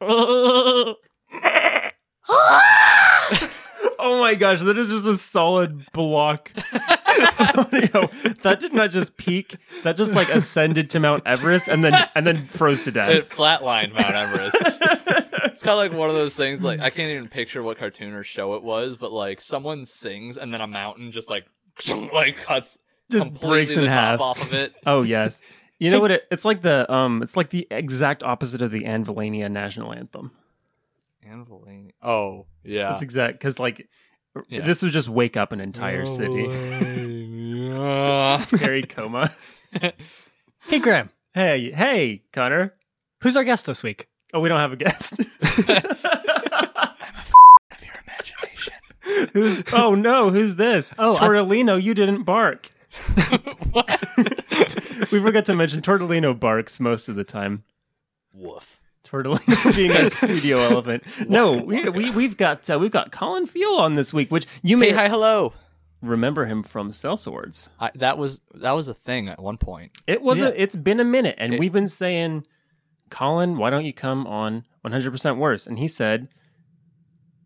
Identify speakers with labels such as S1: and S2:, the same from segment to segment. S1: Oh my gosh, that is just a solid block audio. That did not just peak; that just like ascended to Mount Everest and then and then froze to death.
S2: It flatlined Mount Everest. it's kind of like one of those things. Like I can't even picture what cartoon or show it was, but like someone sings and then a mountain just like like cuts
S1: just
S2: completely
S1: breaks in
S2: the
S1: half.
S2: top off of it.
S1: Oh yes. You know what? It, it's like the um, it's like the exact opposite of the Anvilania national anthem.
S2: Anvilania. Oh yeah.
S1: That's exact because like
S2: Yeah.
S1: this would just wake up an entire city. Terry Coma.
S3: Hey, Graham,
S1: Hey, hey, Connor.
S3: who's our guest this week?
S1: Oh, we don't have a guest.
S2: Of your imagination.
S1: who's? Oh no, who's this?
S3: Oh, I-
S1: Tortolino, you didn't bark.
S2: what?
S1: We forgot to mention Tortolino barks most of the time.
S2: Woof.
S1: Tortolino being our studio elephant. No, we, we we've got uh, we've got Colin Field on this week, which you may
S2: Hey, hi, hello.
S1: remember him from Cell Swords.
S2: I, that was that was a thing at one point.
S1: It was a,
S3: Yeah.
S1: it's been a minute and
S2: It-
S1: we've been saying Colin, why don't you come on 100% worse? And he said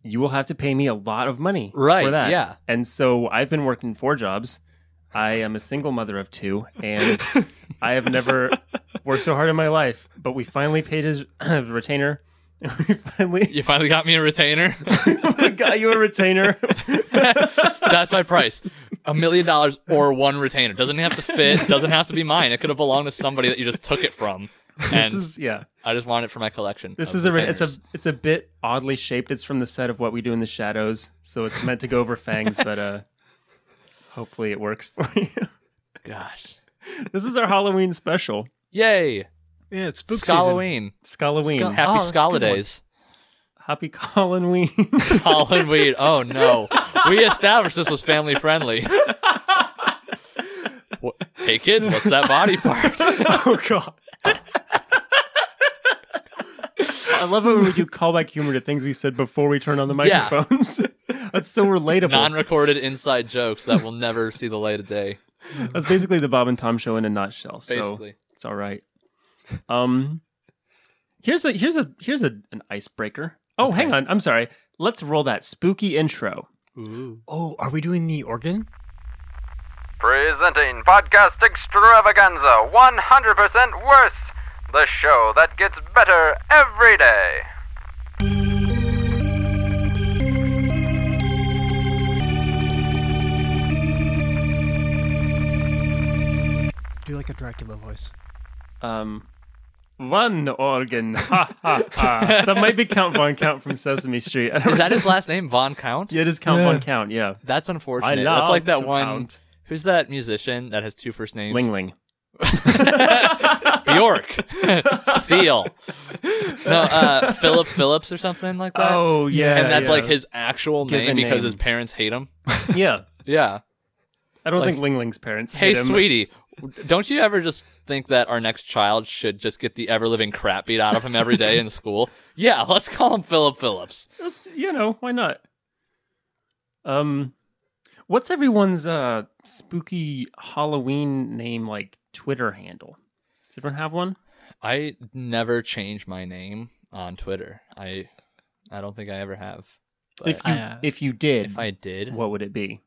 S1: you will have to pay me a lot of money
S2: Right,
S1: for that.
S2: yeah.
S1: And so I've been working four jobs. I am a single mother of two and I have never worked so hard in my life, but we finally paid his retainer. we finally
S2: You finally got me a retainer.
S1: got you a retainer.
S2: That's my price. A million dollars or one retainer. Doesn't have to fit. Doesn't have to be mine. It could have belonged to somebody that you just took it from.
S1: this
S2: And
S1: is yeah.
S2: I just want it for my collection.
S1: This
S2: of
S1: is a re- it's a
S2: retainers.
S1: it's a bit oddly shaped. It's from the set of What We Do in the Shadows, so it's meant to go over fangs, but uh hopefully it works for you.
S2: gosh.
S1: this is our Halloween special.
S2: Yay.
S3: Yeah, it's spook
S2: It's
S3: season.
S2: Halloween.
S1: Scalloween.
S3: Scal-
S2: Happy
S3: Oh, that's a good
S2: Scala
S3: one.
S2: days.
S1: Happy Halloween.
S2: Colin Weed. Oh no. We established this was family friendly. Wha- Hey kids, what's that body part?
S3: Oh god.
S1: I love it when we do callback humor to things we said before we turned on the
S2: Yeah.
S1: microphones. That's so relatable.
S2: Non-recorded inside jokes that will never see the light of day.
S1: That's basically the Bob and Tom show in a nutshell. So
S2: Basically,
S1: it's all right. Um, here's a here's a here's a, an icebreaker. Oh, hang on. I'm sorry. Let's roll that spooky intro.
S3: Oh, are we doing the organ?
S4: Presenting Podcast Extravaganza 100% Worse, the show that gets better every day.
S3: Do like a Dracula voice.
S1: Um, one organ. Ha ha ha. That might be Count Von Count from Sesame Street. I don't
S2: is that his last name, Von Count?
S1: Yeah, it is Count
S3: Yeah.
S1: Von Count. Yeah.
S2: That's
S1: I
S2: unfortunate.
S1: love
S2: That's like that
S1: to
S2: one.
S1: count.
S2: Who's that musician that has two first names?
S1: Ling Ling.
S2: Bjork. Seal. No, uh, Philip Phillips or something like that.
S1: Oh yeah.
S2: and that's
S1: yeah.
S2: like his actual
S1: Given
S2: name because
S1: name.
S2: his parents hate him.
S1: Yeah.
S2: Yeah.
S1: I don't
S2: Like-
S1: think Ling Ling's parents.
S2: Hey,
S1: hate him.
S2: sweetie, don't you ever just think that our next child should just get the ever living crap beat out of him every day in school? Yeah, let's call him Philip Phillips.
S1: That's, you know why not? Um, what's everyone's uh spooky Halloween name like Twitter handle? Does everyone have one?
S2: I never change my name on Twitter. I, I don't think I ever have. But uh,
S1: if you
S3: I-
S1: if you did,
S2: if I did,
S1: what would it be?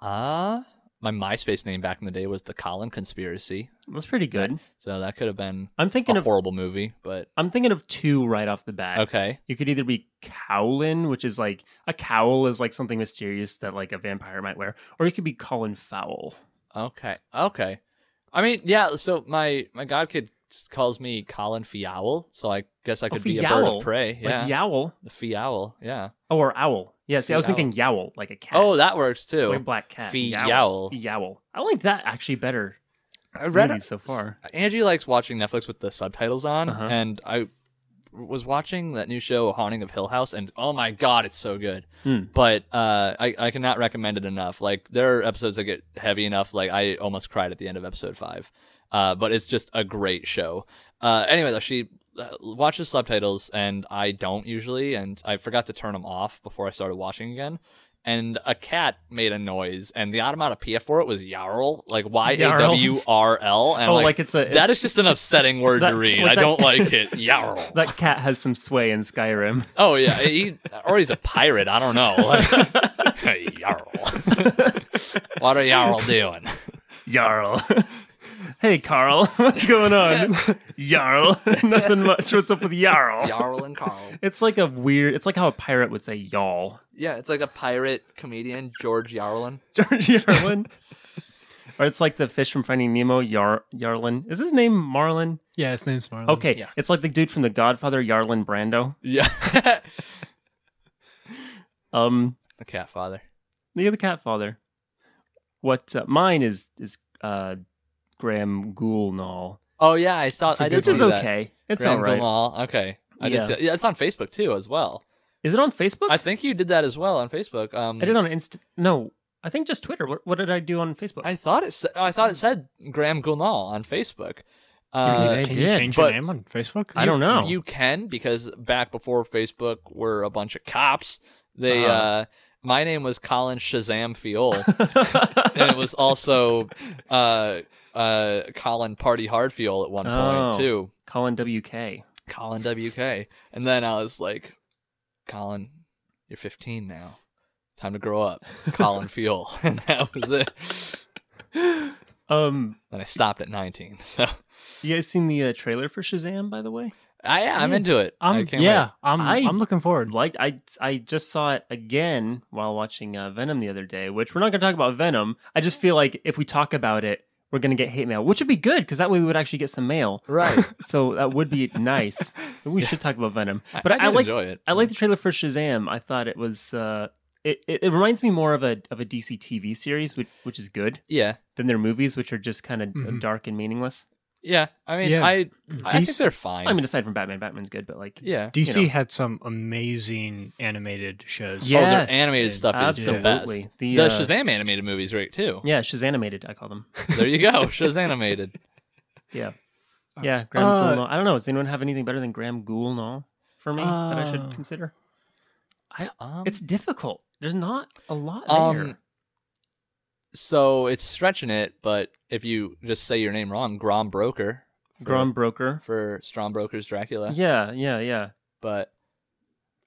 S2: Uh my MySpace name back in the day was the Colin Conspiracy,
S1: That's pretty good.
S2: so that could have been
S1: I'm
S2: a
S1: thinking of
S2: horrible movie, but
S1: I'm thinking of two right off the bat.
S2: okay.
S1: You could either be Cowlin, which is like a cowl is like something mysterious that like a vampire might wear, or you could be Colin Fowl.
S2: Okay. Okay. I mean, yeah, so my my god kid s- calls me Colin Fiowl, so I guess I
S1: Oh,
S2: could be a bird
S1: Fiowl.
S2: of prey. Yeah.
S1: Like yowl.
S2: The Fiowl, yeah.
S1: Oh, or owl. Yeah, see, I was
S2: Fiowl.
S1: thinking yowl, like a cat.
S2: Oh, that works too.
S1: like a black cat.
S2: Fiowl.
S1: Yowl. I like that actually better.
S2: I read
S1: movies so far.
S2: Angie likes watching Netflix with the subtitles on,
S1: Uh-huh.
S2: and I was watching that new show, Haunting of Hill House, and oh my god, it's so good.
S1: Hmm.
S2: But uh, I I cannot recommend it enough. Like there are episodes that get heavy enough. Like I almost cried at the end of episode five. Uh, but it's just a great show. Uh, anyway, though she uh, watches subtitles, and I don't usually, and I forgot to turn them off before I started watching again. and a cat made a noise, and the onomatopoeia for it was yarl, like Y A
S1: Yarl.
S2: W R L. And
S1: oh,
S2: like,
S1: like, it's a
S2: that is just an upsetting word
S1: That-
S2: to read.
S1: with
S2: I
S1: that-
S2: don't like it. Yarl.
S1: that cat has some sway in Skyrim.
S2: Oh yeah, he or he's a pirate. I don't know. Like, hey, Jarl, what are Jarl doing?
S1: Jarl. hey, Carl. What's going on? Jarl. Nothing much. What's up with Jarl?
S2: Jarl and Carl.
S1: It's like a weird. It's like how a pirate would say y'all.
S2: Yeah, it's like a pirate comedian George Yarlin.
S1: George Yarlin. or it's like the fish from Finding Nemo, Yar- Yarlin. Is his name Marlin?
S3: Yeah, his name's Marlon.
S1: Okay,
S2: Mm, Yeah.
S1: it's like the dude from The Godfather, Yarlin Brando.
S2: Yeah,
S1: Um,
S2: the cat father.
S1: the other cat father. What uh, mine is is uh, Graham Goulnall,
S2: Oh yeah, I saw.
S3: That's a
S2: I did
S1: which
S3: good
S1: is
S2: see that.
S1: okay. It's
S2: Grand
S1: all right.
S2: Gamal. Okay. I
S1: Yeah.
S2: did see, yeah, it's on Facebook too as well.
S1: Is it on Facebook?
S2: I think you did that as well on Facebook. Um,
S1: I did on Insta. No, I think just Twitter. What, what did I do on Facebook?
S2: I thought it. Sa- I thought it said Graham Gulnall on Facebook. Uh,
S1: I
S3: Can you
S1: did,
S3: change your
S2: but-
S3: name on Facebook?
S1: I don't know.
S2: You can because back before Facebook were a bunch of cops. They uh
S1: Uh-huh.
S2: my name was Colin Shazam Fiol, and it was also uh uh Colin Party Hard Fiol at one point
S1: Oh.
S2: too.
S1: Colin WK.
S2: Colin WK, and then I was like, Colin, you're 15 now. Time to grow up, Colin Fiol, and that was it.
S1: Um,
S2: Then I stopped at 19. So
S1: you guys seen the uh, trailer for Shazam? By the way,
S2: I, yeah, I'm
S3: Yeah.
S2: into it. I
S3: I'm,
S2: can't wait.
S3: yeah, I'm,
S1: I-
S3: I'm looking forward.
S1: like I I just saw it again while watching uh, Venom the other day, which we're not going to talk about Venom. I just feel like if we talk about it, we're going to get hate mail, which would be good because that way we would actually get some mail.
S2: right.
S1: So that would be nice. But we should talk about Venom. But
S2: I,
S1: I,
S2: did
S1: like
S2: enjoy it.
S1: I like the trailer for Shazam. I thought it was uh, it, it it reminds me more of a of a DC TV series, which which is good
S2: Yeah.
S1: than their movies, which are just kind of
S3: Mhm.
S1: dark and meaningless.
S2: Yeah, I mean,
S3: Yeah.
S2: I I think
S3: DC
S2: they're fine.
S1: I mean, aside from Batman, Batman's good, but like
S2: yeah,
S3: DC
S1: you know.
S3: had some amazing animated shows.
S1: Yeah.
S2: oh, their
S1: Yes.
S2: animated stuff is
S1: absolutely
S2: the
S1: the,
S2: best.
S1: uh,
S2: The Shazam animated movies, right? Too.
S1: Yeah, Shazanimated, I call them.
S2: There you go, Shazam animated.
S1: Yeah, Graham
S3: Uh,
S1: Goulnall. I don't know. Does anyone have anything better than Graham Goulnall for me that I
S3: Uh,
S1: should consider?
S2: Um,
S1: It's difficult. There's not a lot
S2: Um,
S1: there.
S2: so it's stretching it, but if you just say your name wrong, Grom Broker for-
S1: Graham Broker.
S2: for Strom Broker's Dracula.
S1: Yeah, yeah, yeah.
S2: but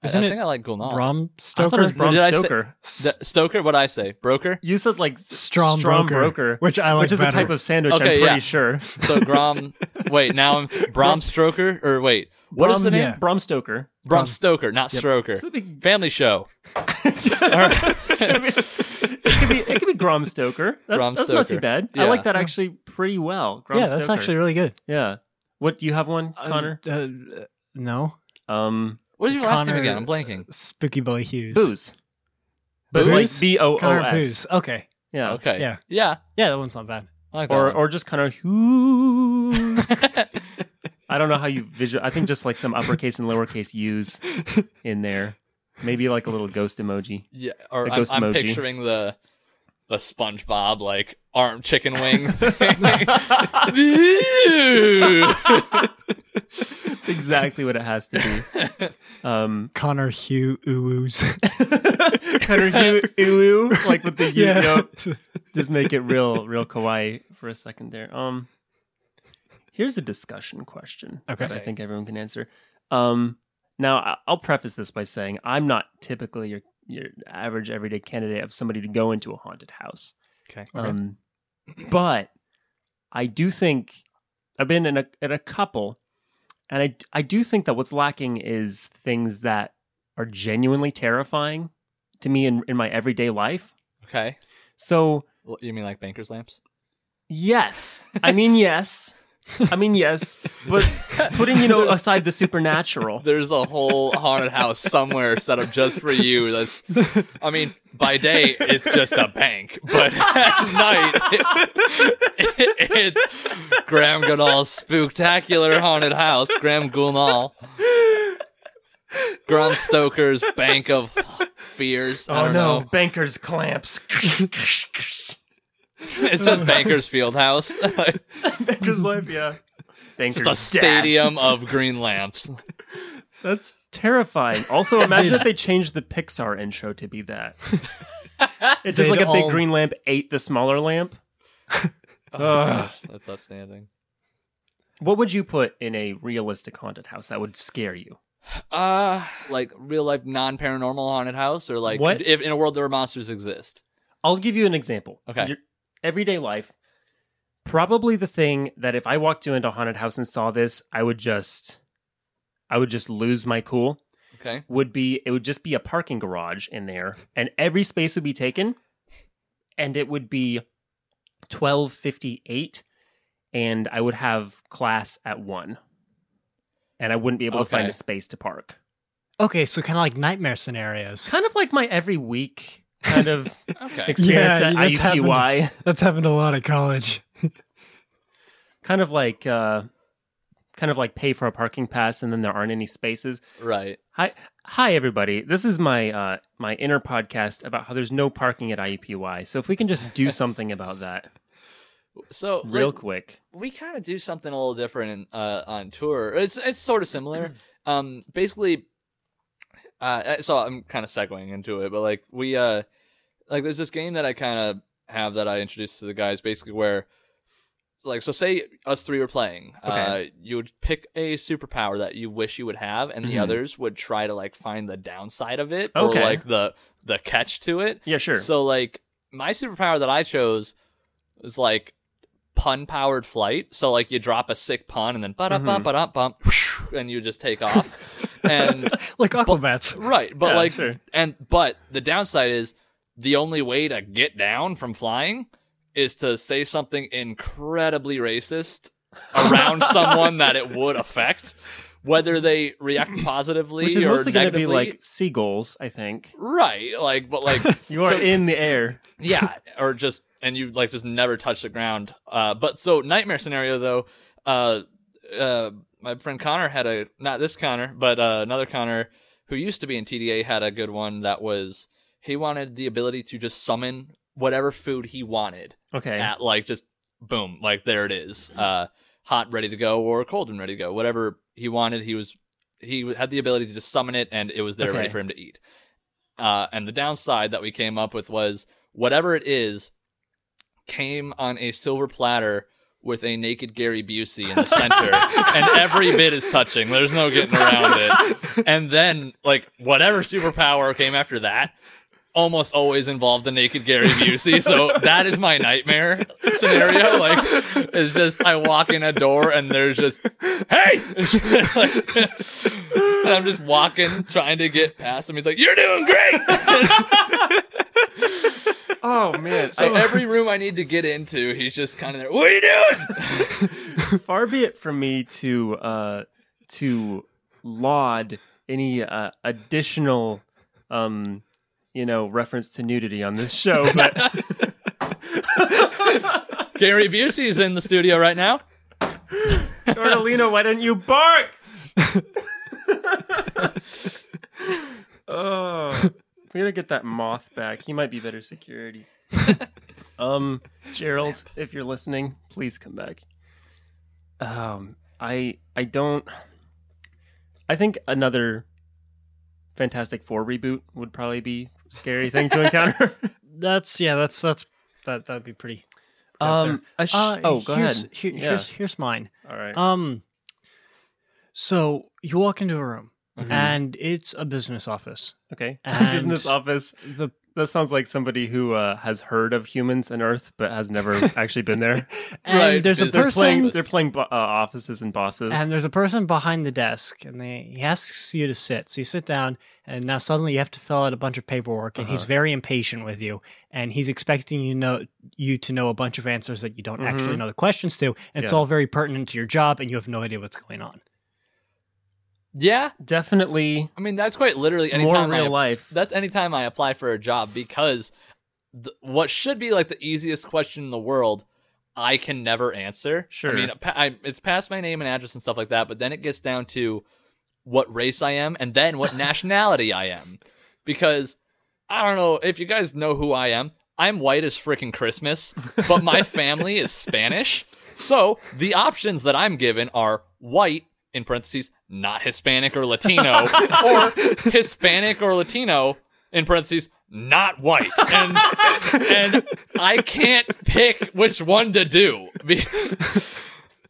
S2: I-
S3: Isn't
S2: I,
S3: it
S2: think I like Gulnall.
S3: Bram
S1: I thought it
S3: Stoker?
S1: was Bram
S2: Did I say-
S1: Stoker.
S2: Th- Stoker. What I say, Broker.
S1: you said like
S3: Strom Broker,
S1: Broker,
S3: which I like
S1: which is a
S3: better.
S1: type of sandwich. I'm
S2: Okay,
S1: pretty
S2: yeah.
S1: sure.
S2: So Grom. wait, now I'm Brom Stoker, or wait, what is
S1: Bram-
S2: the name?
S3: yeah.
S1: Bram Stoker.
S2: Brom Stoker, not Stroker.
S1: It's a big-
S2: Family show. All right.
S1: it could be it could be Grom Stoker. That's,
S2: Grom
S1: that's not too
S2: Stoker.
S1: bad. I
S2: Yeah.
S1: like that actually pretty well. Grom
S3: yeah, that's
S1: Stoker.
S3: actually really good.
S1: yeah. What do you have one,
S3: Uh,
S1: Connor?
S3: uh, uh, no,
S1: Um,
S2: What's your last
S3: Connor-
S2: name again? I'm blanking.
S3: Spooky Boy Hughes.
S1: booze. But
S2: Booze?
S1: like B O O
S3: Connor
S1: S.
S3: Booze. Okay,
S1: Yeah.
S2: Okay.
S3: Yeah.
S2: Yeah.
S3: yeah, that one's not bad.
S2: I like that
S1: Or
S2: one.
S1: or just kind of who's. I don't know how you visual. I think just like some uppercase and lowercase U's in there. Maybe like a little ghost emoji.
S2: yeah. Or
S1: A
S2: I'm,
S1: ghost
S2: I'm
S1: emoji.
S2: picturing the the SpongeBob like arm chicken wing. Ew.
S1: It's exactly what it has to be. Um,
S3: Connor Hugh Uwoos.
S1: Cutter Hugh Uwu, like with the U.
S3: Yeah.
S1: Yep. Just make it real, real kawaii for a second there. Um, here's a discussion question
S3: Okay.
S1: that I think everyone can answer. Um, now I- I'll preface this by saying I'm not typically your your average everyday candidate of somebody to go into a haunted house.
S2: Okay.
S1: Um, but I do think I've been in a in a couple, and I I do think that what's lacking is things that are genuinely terrifying to me in in my everyday life.
S2: okay.
S1: So
S2: Well, You mean like banker's lamps?
S1: yes, I mean yes, I mean yes, but putting you know aside the supernatural.
S2: There's a whole haunted house somewhere set up just for you. That's, I mean, by day it's just a bank, but at night it- it's Graham Goodall's spooktacular haunted house. Graham Goodall, Graham Stoker's Bank of Fears. I
S1: Oh
S2: don't
S1: no,
S2: know.
S1: bankers clamps.
S2: It's just Banker's Field House, Like,
S1: bankers life, yeah. Bankers
S2: just a
S1: death.
S2: stadium of green lamps.
S1: That's terrifying. Also, imagine if they changed the Pixar intro to be that. It just
S3: They'd
S1: like a big
S3: all-
S1: green lamp ate the smaller lamp.
S2: Oh,
S1: Ugh.
S2: gosh, that's outstanding.
S1: What would you put in a realistic haunted house that would scare you?
S2: Uh, like real life non paranormal haunted house, or like
S1: What?
S2: if in a world there were monsters exist.
S1: I'll give you an example.
S2: Okay.
S1: Your everyday life, probably the thing that if I walked you into a haunted house and saw this, I would just, I would just lose my cool.
S2: Okay.
S1: Would be it would just be a parking garage in there, and every space would be taken, and it would be twelve fifty eight, and I would have class at one, and I wouldn't be able to find
S2: Okay.
S1: a space to park.
S3: Okay, so kind of like nightmare scenarios.
S1: Kind of like my every week kind of
S2: Okay.
S1: experience
S3: Yeah,
S1: at
S3: that's happened.
S1: IUPUI.
S3: That's happened a lot at college.
S1: kind of like uh kind of like pay for a parking pass and then there aren't any spaces
S2: right.
S1: hi hi everybody this is my uh my inner podcast about how there's no parking at iepy so if we can just do something about that
S2: So
S1: real
S2: like,
S1: quick
S2: we kind of do something a little different in, uh, on tour. It's it's sort of similar. um, basically, uh, so I'm kind of segueing into it, but like we uh, like there's this game that I kind of have that I introduced to the guys, basically where. Like so, say us three were playing.
S1: Okay.
S2: Uh, you would pick a superpower that you wish you would have, and the
S1: Mhm.
S2: others would try to like find the downside of it
S1: Okay.
S2: or like the the catch to it.
S1: yeah sure
S2: So like my superpower that I chose was like pun powered flight. So like you drop a sick pun and then ba da
S1: Mm-hmm.
S2: bum ba da bum and you just take off. and
S3: Like Aquabats.
S2: right, but
S1: Yeah,
S2: like
S1: sure.
S2: and but the downside is the only way to get down from flying is to say something incredibly racist around someone that it would affect, whether they react positively
S1: which is
S2: or
S1: mostly going to be
S2: negatively.
S1: like seagulls i think
S2: right, like but like
S1: you are
S2: So-
S1: in the air
S2: yeah or just and you like just never touch the ground uh but so nightmare scenario though uh uh my friend connor had a not this connor but uh, another connor who used to be in tda had a good one that was he wanted the ability to just summon whatever food he wanted
S1: okay Mm-hmm.
S2: at like just boom like there it is uh hot ready to go or cold and ready to go whatever he wanted he was he had the ability to just summon it and it was there ready
S1: Okay.
S2: for him to eat uh and the downside that we came up with was whatever it is came on a silver platter with a naked Gary Busey in the center, and every bit is touching. There's no getting around it. And then, like, whatever superpower came after that almost always involved the naked Gary Busey. So that is my nightmare scenario. Like, it's just I walk in a door and there's just, hey! Like, and I'm just walking, trying to get past him. He's like, you're doing great!
S1: oh man
S2: So every room I need to get into, he's just kind of there. What are you doing?
S1: far be it from me to uh to laud any uh, additional um you know reference to nudity on this show but
S2: Gary Busey's in the studio right now.
S1: Tortolino, why didn't you bark oh we gotta get that moth back he might be better security um gerald if you're listening please come back um i i don't i think another fantastic four reboot would probably be a scary thing to encounter
S3: That's yeah. That's that's that that'd be pretty. out
S1: um a sh-
S3: there. Uh,
S1: oh go ahead
S3: here's, here-
S1: Yeah.
S3: here's here's mine.
S1: all right
S3: Um, so you walk into a room and it's a business office.
S1: okay
S3: and-
S1: business office
S3: The
S1: that sounds like somebody who uh, has heard of humans and earth but has never actually been there
S3: and
S2: Right,
S3: there's a
S2: business
S1: they're playing
S3: person
S2: office.
S1: they're playing bo- uh, offices and bosses
S3: and there's a person behind the desk and they, he asks you to sit. So you sit down and now suddenly you have to fill out a bunch of paperwork and
S1: Uh-huh.
S3: he's very impatient with you and he's expecting you know you to know a bunch of answers that you don't actually
S1: Mhm.
S3: know the questions to. And It's
S1: Yeah.
S3: all very pertinent to your job and you have no idea what's going on.
S2: Yeah,
S1: definitely
S2: I mean that's quite literally
S1: more
S2: anytime
S1: real
S2: I,
S1: life
S2: That's anytime I apply for a job because th- what should be like the easiest question in the world, I can never answer.
S1: Sure.
S2: I mean, pa- I, it's past my name and address and stuff like that, but then it gets down to what race I am and then what nationality I am, because I don't know if you guys know who I am. I'm white as freaking Christmas, but my family is Spanish. So the options that I'm given are white in parentheses, not Hispanic or Latino, or Hispanic or Latino in parentheses, not white, and and I can't pick which one to do. Be-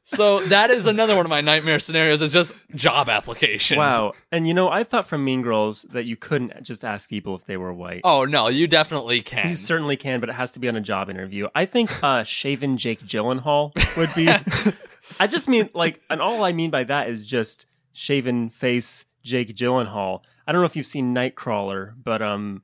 S2: So that is another one of my nightmare scenarios. Is just job applications.
S1: Wow. And you know, I thought from Mean Girls that you couldn't just ask people if they were white.
S2: Oh no, you definitely can.
S1: You certainly can, but it has to be on a job interview. I think uh, shaven Jake Gyllenhaal would be. I just mean like, and all I mean by that is just shaven face Jake Gyllenhaal. I don't know if you've seen Nightcrawler, but um,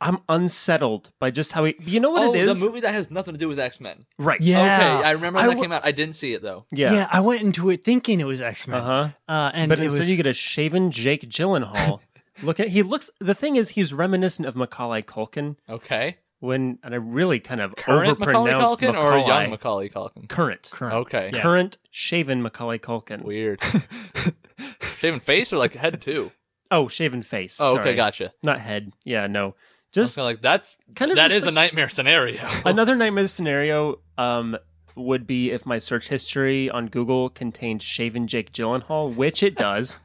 S1: I'm unsettled by just how he. You know what
S2: oh,
S1: it is,
S2: the movie that has nothing to do with X Men.
S1: right?
S3: Yeah.
S2: Okay, I remember when
S3: I
S2: that
S3: wa-
S2: came out. I didn't see it though.
S1: yeah.
S3: yeah, I went into it thinking it was X Men.
S1: Uh-huh.
S3: Uh, and
S1: But
S3: it
S1: instead,
S3: was,
S1: you get a shaven Jake Gyllenhaal. Look at he looks. The thing is, he's reminiscent of Macaulay Culkin.
S2: Okay,
S1: when and I really kind of
S2: current Macaulay
S1: overpronounced
S2: Culkin or
S1: Macaulay.
S2: young Macaulay Culkin?
S1: current,
S3: Current.
S2: Okay,
S1: Yeah. current shaven Macaulay Culkin.
S2: weird. Shaven face or like head too?
S1: Oh, shaven face.
S2: Oh,
S1: Sorry.
S2: okay, gotcha.
S1: Not head. Yeah, no.
S2: I
S1: Just
S2: was kinda like that's
S1: kind of
S2: that
S1: just
S2: is
S1: the-
S2: a nightmare scenario.
S1: another nightmare scenario. Um, would be if my search history on Google contained shaven Jake Gyllenhaal, which it does.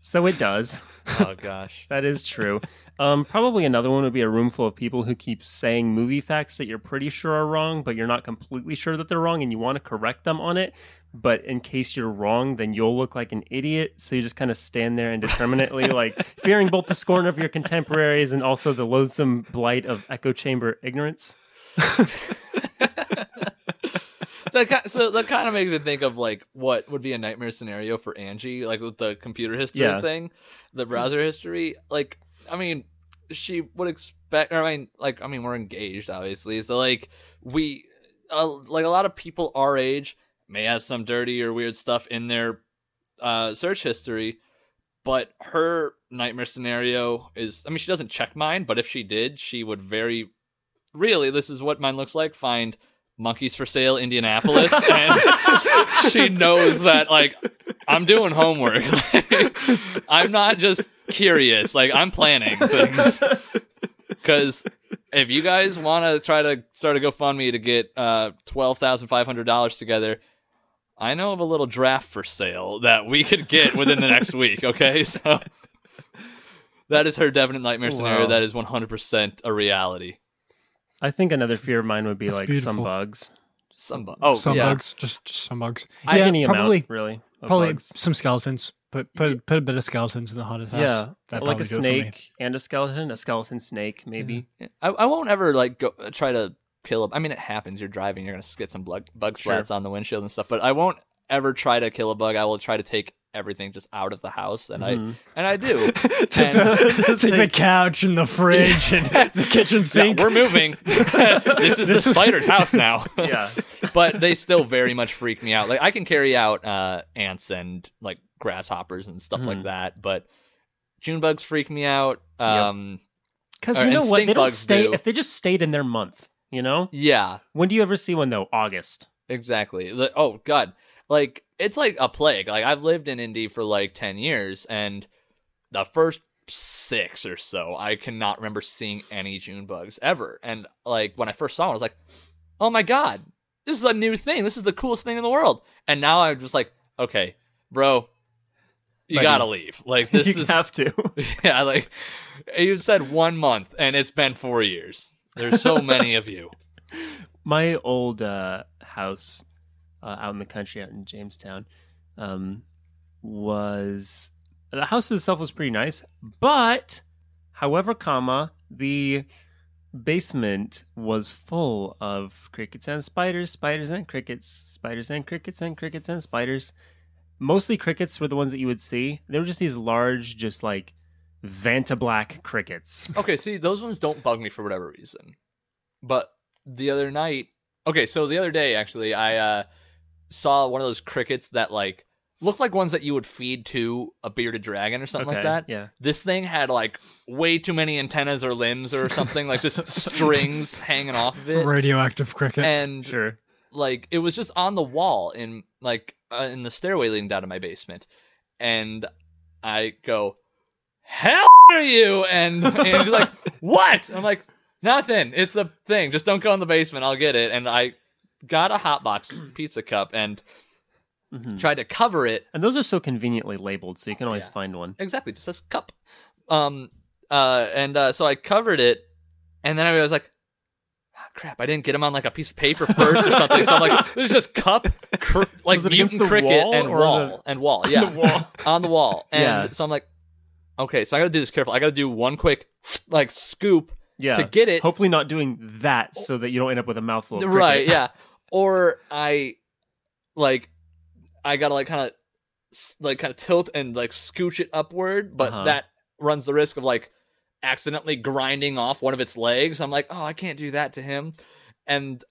S1: so it does.
S2: oh gosh.
S1: That is true. Um, probably another one would be a room full of people who keep saying movie facts that you're pretty sure are wrong, but you're not completely sure that they're wrong and you want to correct them on it. But in case you're wrong, then you'll look like an idiot. So you just kind of stand there indeterminately, like fearing both the scorn of your contemporaries and also the loathsome blight of echo chamber ignorance.
S2: That kind, so that kind of makes me think of like what would be a nightmare scenario for Angie, like with the computer history
S1: Yeah.
S2: thing, the browser history. Like, I mean, she would expect. Or I mean, like, I mean, we're engaged, obviously. So like, we, uh, like a lot of people our age may have some dirty or weird stuff in their uh, search history. But her nightmare scenario is, I mean, she doesn't check mine, but if she did, she would very, really, this is what mine looks like. Find monkeys for sale, Indianapolis, and she knows that like I'm doing homework. I'm not just curious. Like I'm planning things. Because if you guys want to try to start a GoFundMe to get uh, twelve thousand five hundred dollars together, I know of a little draft for sale that we could get within the next week. Okay, so that is her definite nightmare scenario.
S1: Wow.
S2: That is one hundred percent a reality.
S1: I think another fear of mine would be
S3: That's
S1: like some
S3: beautiful.
S1: bugs.
S2: Some bu- oh
S3: some
S2: yeah.
S3: bugs, just, just some bugs.
S1: I-
S3: yeah,
S1: Any
S3: probably,
S1: amount, really. of
S3: probably
S1: bugs.
S3: some skeletons. Put put put a bit of skeletons in the haunted house.
S1: Yeah,
S3: That'd
S1: like a
S3: probably do it for me.
S1: snake and a skeleton, a skeleton snake, maybe.
S2: Yeah, I, I won't ever like go uh, try to kill a. I mean, it happens. You're driving. You're gonna get some bug bug
S1: Sure.
S2: splats on the windshield and stuff. But I won't ever try to kill a bug. I will try to take everything just out of the house, and
S1: Mhm.
S2: I and I do.
S3: Take the, take the couch and the fridge and the kitchen
S2: Yeah,
S3: sink.
S2: we're moving. this is the spider's house now.
S1: Yeah.
S2: but they still very much freak me out. Like I can carry out uh, ants and like grasshoppers and stuff
S1: Mhm.
S2: like that, but June bugs freak me out. Um,
S1: Because
S2: Or-
S1: you know
S2: and
S1: what,
S2: stink
S1: they don't
S2: bugs
S1: stay
S2: do.
S1: if they just stayed in their month. You know,
S2: yeah.
S1: when do you ever see one though? August.
S2: Exactly. The- oh god. Like it's like a plague. Like I've lived in Indy for like 10 years and the first 6 or so I cannot remember seeing any June bugs ever. And like when I first saw one I was like, "Oh my god. This is a new thing. This is the coolest thing in the world." And now I'm just like, "Okay, bro, you
S1: Buddy.
S2: got to leave." Like this
S1: you
S2: is
S1: have to.
S2: Yeah, like you said 1 month and it's been 4 years. There's so many of you.
S1: My old uh, house uh, out in the country, out in Jamestown, um, was the house itself was pretty nice, but however, comma the basement was full of crickets and spiders, spiders and crickets, spiders and crickets and crickets and spiders. Mostly crickets were the ones that you would see. They were just these large, just like vantablack crickets.
S2: Okay, see, those ones don't bug me for whatever reason. But the other night, okay, so the other day actually, I uh, saw one of those crickets that like looked like ones that you would feed to a bearded dragon or something like that.
S1: Yeah.
S2: This thing had like way too many antennas or limbs or something, like just strings hanging off of it.
S3: Radioactive cricket.
S2: And
S1: Sure.
S2: like it was just on the wall in like uh, in the stairway leading down to my basement, and I go, "Hell are you?" And, and she's like, "What?" I'm like, "Nothing. It's a thing. Just don't go in the basement. I'll get it." And I got a hot box pizza cup and
S1: Mhm.
S2: tried to cover it
S1: And those are so conveniently labeled, so you can always
S2: Yeah.
S1: find one.
S2: exactly just says cup. Um, Uh, and uh, so I covered it, and then I was like, "Ah, crap, I didn't get them on like a piece of paper first or something. So I'm like, there's just cup, cr- like
S1: Was it against
S2: mutant
S1: the
S2: cricket
S1: wall
S2: and
S1: or
S2: wall and wall. Yeah,
S1: the wall.
S2: on the wall. And
S1: Yeah.
S2: so I'm like, okay, so I gotta do this careful. I gotta do one quick like scoop
S1: Yeah.
S2: to get it
S1: Hopefully not doing that so that you don't end up with a mouthful. Of cricket.
S2: right. Yeah, or I like I gotta like kind of like kind of tilt and like scooch it upward, but
S1: Uh-huh.
S2: that runs the risk of like accidentally grinding off one of its legs. I'm like, oh, I can't do that to him, and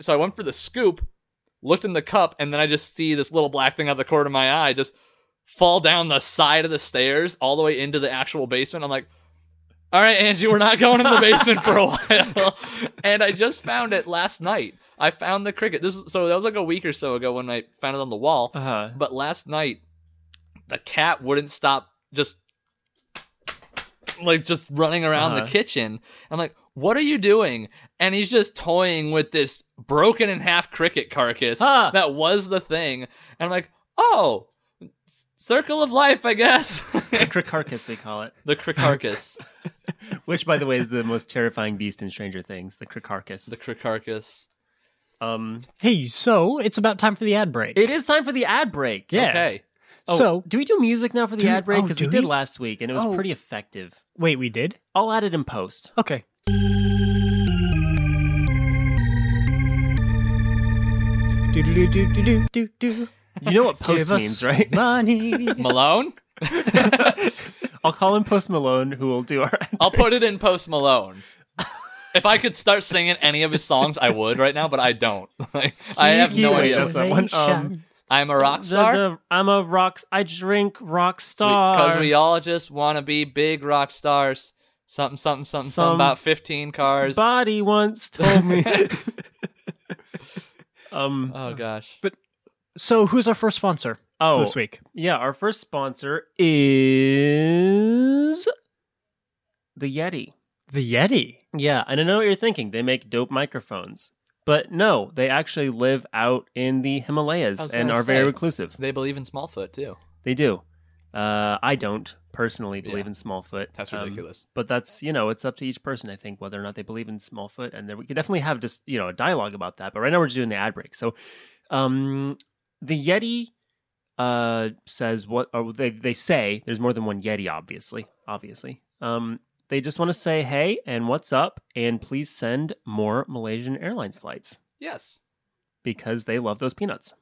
S2: so I went for the scoop, looked in the cup, and then I just see this little black thing out of the corner of my eye just fall down the side of the stairs all the way into the actual basement. I'm like, all right, Angie, we're not going in the basement for a while. and I just found it last night. I found the cricket. This is- so that was like a week or so ago when I found it on the wall.
S1: Uh-huh.
S2: But last night, the cat wouldn't stop just like just running around the
S1: Uh-huh.
S2: kitchen. I'm like, what are you doing? And he's just toying with this broken in half cricket carcass
S1: Huh.
S2: that was the thing. And I'm like, oh, circle of life, I guess.
S1: Cricket carcass, we call it.
S2: the crick carcass.
S1: Which, by the way, is the most terrifying beast in Stranger Things, the Cricarchus.
S2: the crick carcass.
S1: Um,
S3: Hey, so it's about time for the ad break.
S1: it is time for the ad break.
S3: Yeah.
S2: Okay.
S1: Oh,
S3: so
S1: do we do music now for the
S3: Do-
S1: ad break?
S3: oh,
S1: Because
S3: do
S1: we did
S3: we?
S1: last week, and it was
S3: Oh.
S1: pretty effective.
S3: wait, we did.
S1: I'll add it in post.
S3: Okay. Do do do do do do do.
S1: You know what post
S3: Give us
S1: means, right?
S3: Money.
S2: Malone?
S1: I'll call him Post Malone, who will do our.
S2: I'll put it in Post Malone. If I could start singing any of his songs, I would right now, but I don't. Like, I have no
S1: Wait,
S2: idea.
S1: that's not one. Um,
S3: Congratulations.
S2: I'm a rock star
S1: The- the- I'm a rock. I drink rock star.
S2: because we all just want to be big rock stars. Something, something, something,
S1: Some
S2: something about 15 cars.
S1: Body once told me. um.
S2: Oh, gosh.
S3: So, who's our first sponsor
S1: Oh,
S3: this week?
S1: yeah. Our first sponsor is the Yeti.
S3: The Yeti.
S1: Yeah, and I know what you're thinking. They make dope microphones. But no, they actually live out in the Himalayas
S2: I was
S1: and
S2: gonna
S1: are very
S2: say.
S1: reclusive.
S2: They believe in Smallfoot, too.
S1: They do. Uh, I don't personally believe
S2: Yeah.
S1: in Smallfoot.
S2: That's
S1: Um,
S2: ridiculous.
S1: but that's, you know, it's up to each person, I think, whether or not they believe in Smallfoot. And there, we could definitely have just, you know, a dialogue about that. But right now we're just doing the ad break. So um, the Yeti uh, says what or they, they say. There's more than one Yeti, obviously. Obviously. Um, they just want to say, hey, and what's up? And please send more Malaysian Airlines flights
S2: Yes.
S1: because they love those peanuts.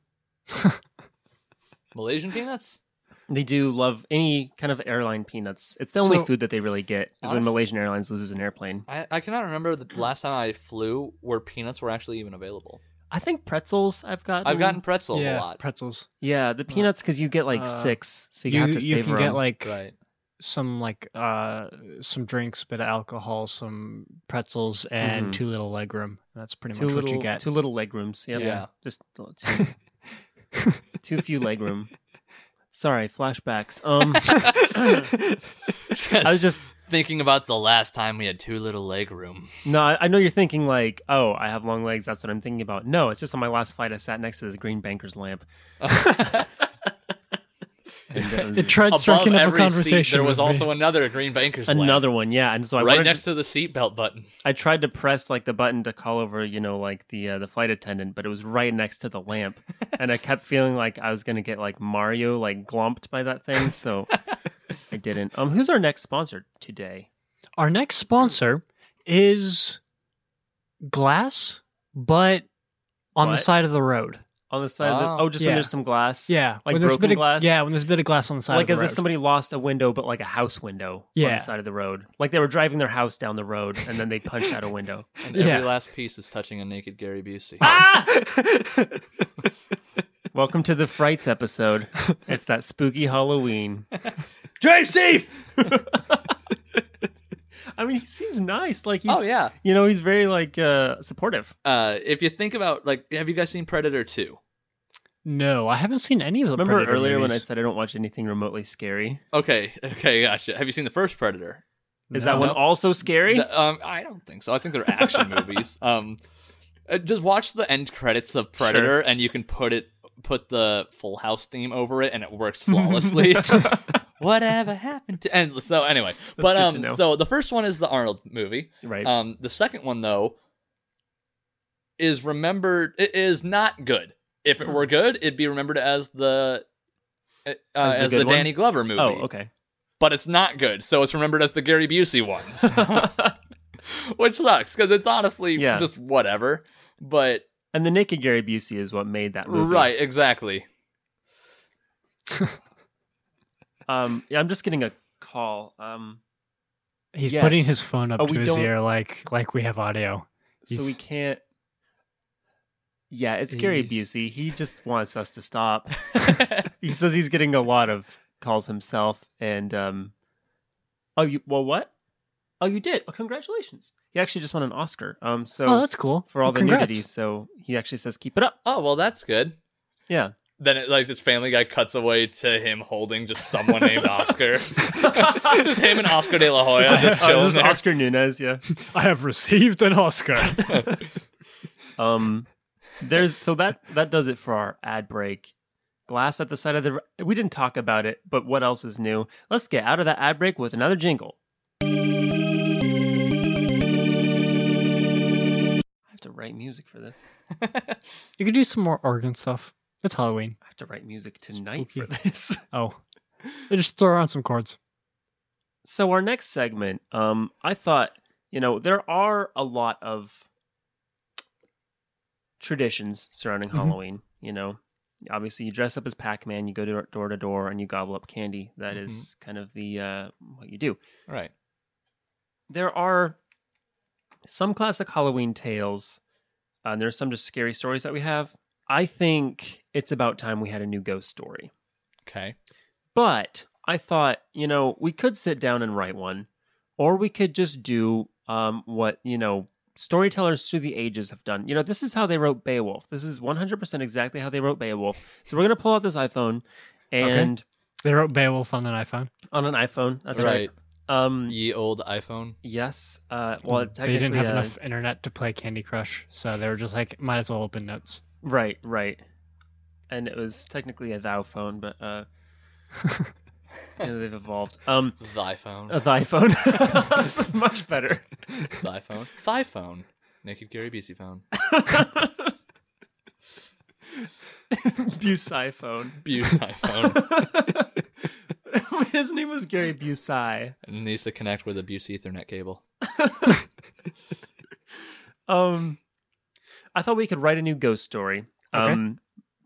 S2: Malaysian peanuts?
S1: They do love any kind of airline peanuts. It's the only
S3: So-
S1: food that they really get is when
S2: Honest-
S1: Malaysian Airlines loses an airplane.
S2: I, I cannot remember the last time I flew where peanuts were actually even available.
S1: I think pretzels I've gotten.
S2: I've gotten pretzels
S3: yeah,
S2: a lot.
S3: pretzels.
S1: Yeah, the peanuts because you get like
S3: Uh,
S1: six, so you, have to
S3: you
S1: savor
S3: can
S1: them.
S3: get like
S2: right.
S3: some like uh some drinks, bit of alcohol, some pretzels, and
S1: Mhm.
S3: too little legroom. That's pretty
S1: two
S3: much
S1: little
S3: what you get.
S1: two little leg rooms. Yep.
S2: Yeah.
S1: just two, too few leg room. Sorry, flashbacks. Um, I was just
S2: thinking about the last time we had too little leg room.
S1: no. I I know you're thinking like, oh, I have long legs. That's what I'm thinking about. No, it's just on my last flight. I sat next to the green banker's lamp. And that was
S3: it tried striking up a
S2: every
S3: conversation.
S2: Seat, there was
S3: with me.
S2: also another green banker's lamp,
S1: another one. Yeah, and so I
S2: right
S1: wanted
S2: next
S1: to,
S2: to the seatbelt button.
S1: I tried to press like the button to call over, you know, like the uh, the flight attendant, but it was right next to the lamp, and I kept feeling like I was gonna get like Mario like glomped by that thing. So I didn't. Um, who's our next sponsor today?
S3: Our next sponsor is glass, but on the
S1: What?
S3: side of the road.
S1: On the side of the
S2: Oh.
S1: oh, just when
S3: Yeah.
S1: there's some glass.
S3: Ah. Yeah,
S1: Like
S3: when there's a
S1: broken
S3: bit of,
S1: glass?
S3: Yeah, when there's a bit of glass on the side.
S1: like
S3: of
S1: as
S3: the
S1: if
S3: road.
S1: somebody lost a window, but like a house window on
S3: Yeah.
S1: the side of the road. Like they were driving their house down the road and then they punched out a window.
S2: And
S3: Yeah.
S2: every last piece is touching a naked Gary Busey.
S1: Ah,
S3: Ah!
S1: Welcome to the Frights episode. It's that spooky Halloween.
S2: Drive safe.
S1: I mean, he seems nice. Like he's,
S2: Oh yeah.
S1: you know, he's very like uh supportive.
S2: Uh, if you think about like, have you guys seen Predator Two?
S3: No, I haven't seen any of the.
S1: Remember
S3: Predator
S1: earlier when I
S3: movies.
S1: said I don't watch anything remotely scary?
S2: Okay, okay, gotcha. Have you seen the first Predator?
S1: Is
S3: No.
S1: that one also scary?
S2: The- um, I don't think so. I think they're action movies. Um, uh, just watch the end credits of Predator, and you can put it put the Full House theme over it, and it works flawlessly. Whatever happened to? And so anyway, but
S1: good to
S2: um,
S1: know.
S2: so the first one is the Arnold movie.
S1: Right.
S2: Um, the second one though is remembered. It is not good. If
S1: Hmm.
S2: it were good, it'd be remembered as the uh, as
S1: As
S2: the,
S1: the good one?
S2: Danny Glover movie.
S1: oh, okay.
S2: But it's not good, so it's remembered as the Gary Busey one, so- which sucks because it's honestly
S1: Yeah.
S2: just whatever. But
S1: And the naked Gary Busey is what made that movie.
S2: right, exactly.
S1: Um, yeah, I'm just getting a call. Um,
S3: He's
S1: Yes.
S3: putting his phone up
S1: Oh,
S3: to
S1: we
S3: his
S1: don't-
S3: ear like like we have audio.
S1: so we
S3: He's-
S1: can't. Yeah, it's Gary
S3: He's-
S1: Busey. He just wants us to stop. he says he's getting a lot of calls himself, and um, oh, you well, what? Oh, you did. Oh, congratulations. He actually just won an Oscar. Um, so
S3: oh, that's cool.
S1: for all the
S3: Congrats.
S1: nudity, so he actually says, "Keep it up."
S2: Oh well, that's good.
S1: Yeah.
S2: Then it, like this Family Guy cuts away to him holding just someone named Oscar, just him and Oscar De La Hoya just
S1: Oh,
S2: chilling
S1: this is
S2: there.
S1: Oscar Nunez. Yeah.
S3: I have received an Oscar.
S1: Um, there's so that that does it for our ad break. Glass at the side of the. We didn't talk about it, but what else is new? Let's get out of that ad break with another jingle. I have to write music for this.
S3: you could do some more organ stuff. It's Halloween.
S1: I have to write music tonight for
S3: Spooky.
S1: this.
S3: Oh, just throw on some chords.
S1: So our next segment, um, I thought, you know, there are a lot of traditions surrounding
S3: Mhm.
S1: Halloween. You know, obviously you dress up as Pac-Man, you go to door to door, and you gobble up candy. That is kind of the uh, what you do.
S2: Right.
S1: There are some classic Halloween tales, and there's some just scary stories that we have. I think it's about time we had a new ghost story.
S2: Okay.
S1: But I thought, you know, we could sit down and write one, or we could just do um, what, you know, storytellers through the ages have done. You know, this is how they wrote Beowulf. This is 100% exactly how they wrote Beowulf. So we're going to pull out this iPhone and
S3: They wrote Beowulf on an iPhone.
S1: on an iPhone. That's right.
S2: right.
S1: Um,
S2: Ye old iPhone.
S1: yes. Uh, well,
S3: they Mm, didn't
S1: technically,
S3: have
S1: uh,
S3: enough internet to play Candy Crush, so they were just like, might as well open notes.
S1: Right, right. And it was technically a thou phone, but uh, you know, they've evolved. Um,
S2: The iPhone.
S1: a thy phone. That's much better.
S2: The iPhone. Thy phone. Naked Gary Busey phone.
S1: Busey phone.
S2: Buse iPhone.
S1: His name was Gary Busey.
S2: It needs to connect with a Buse Ethernet cable.
S1: Um, I thought we could write a new ghost story.
S3: Okay.
S1: Um,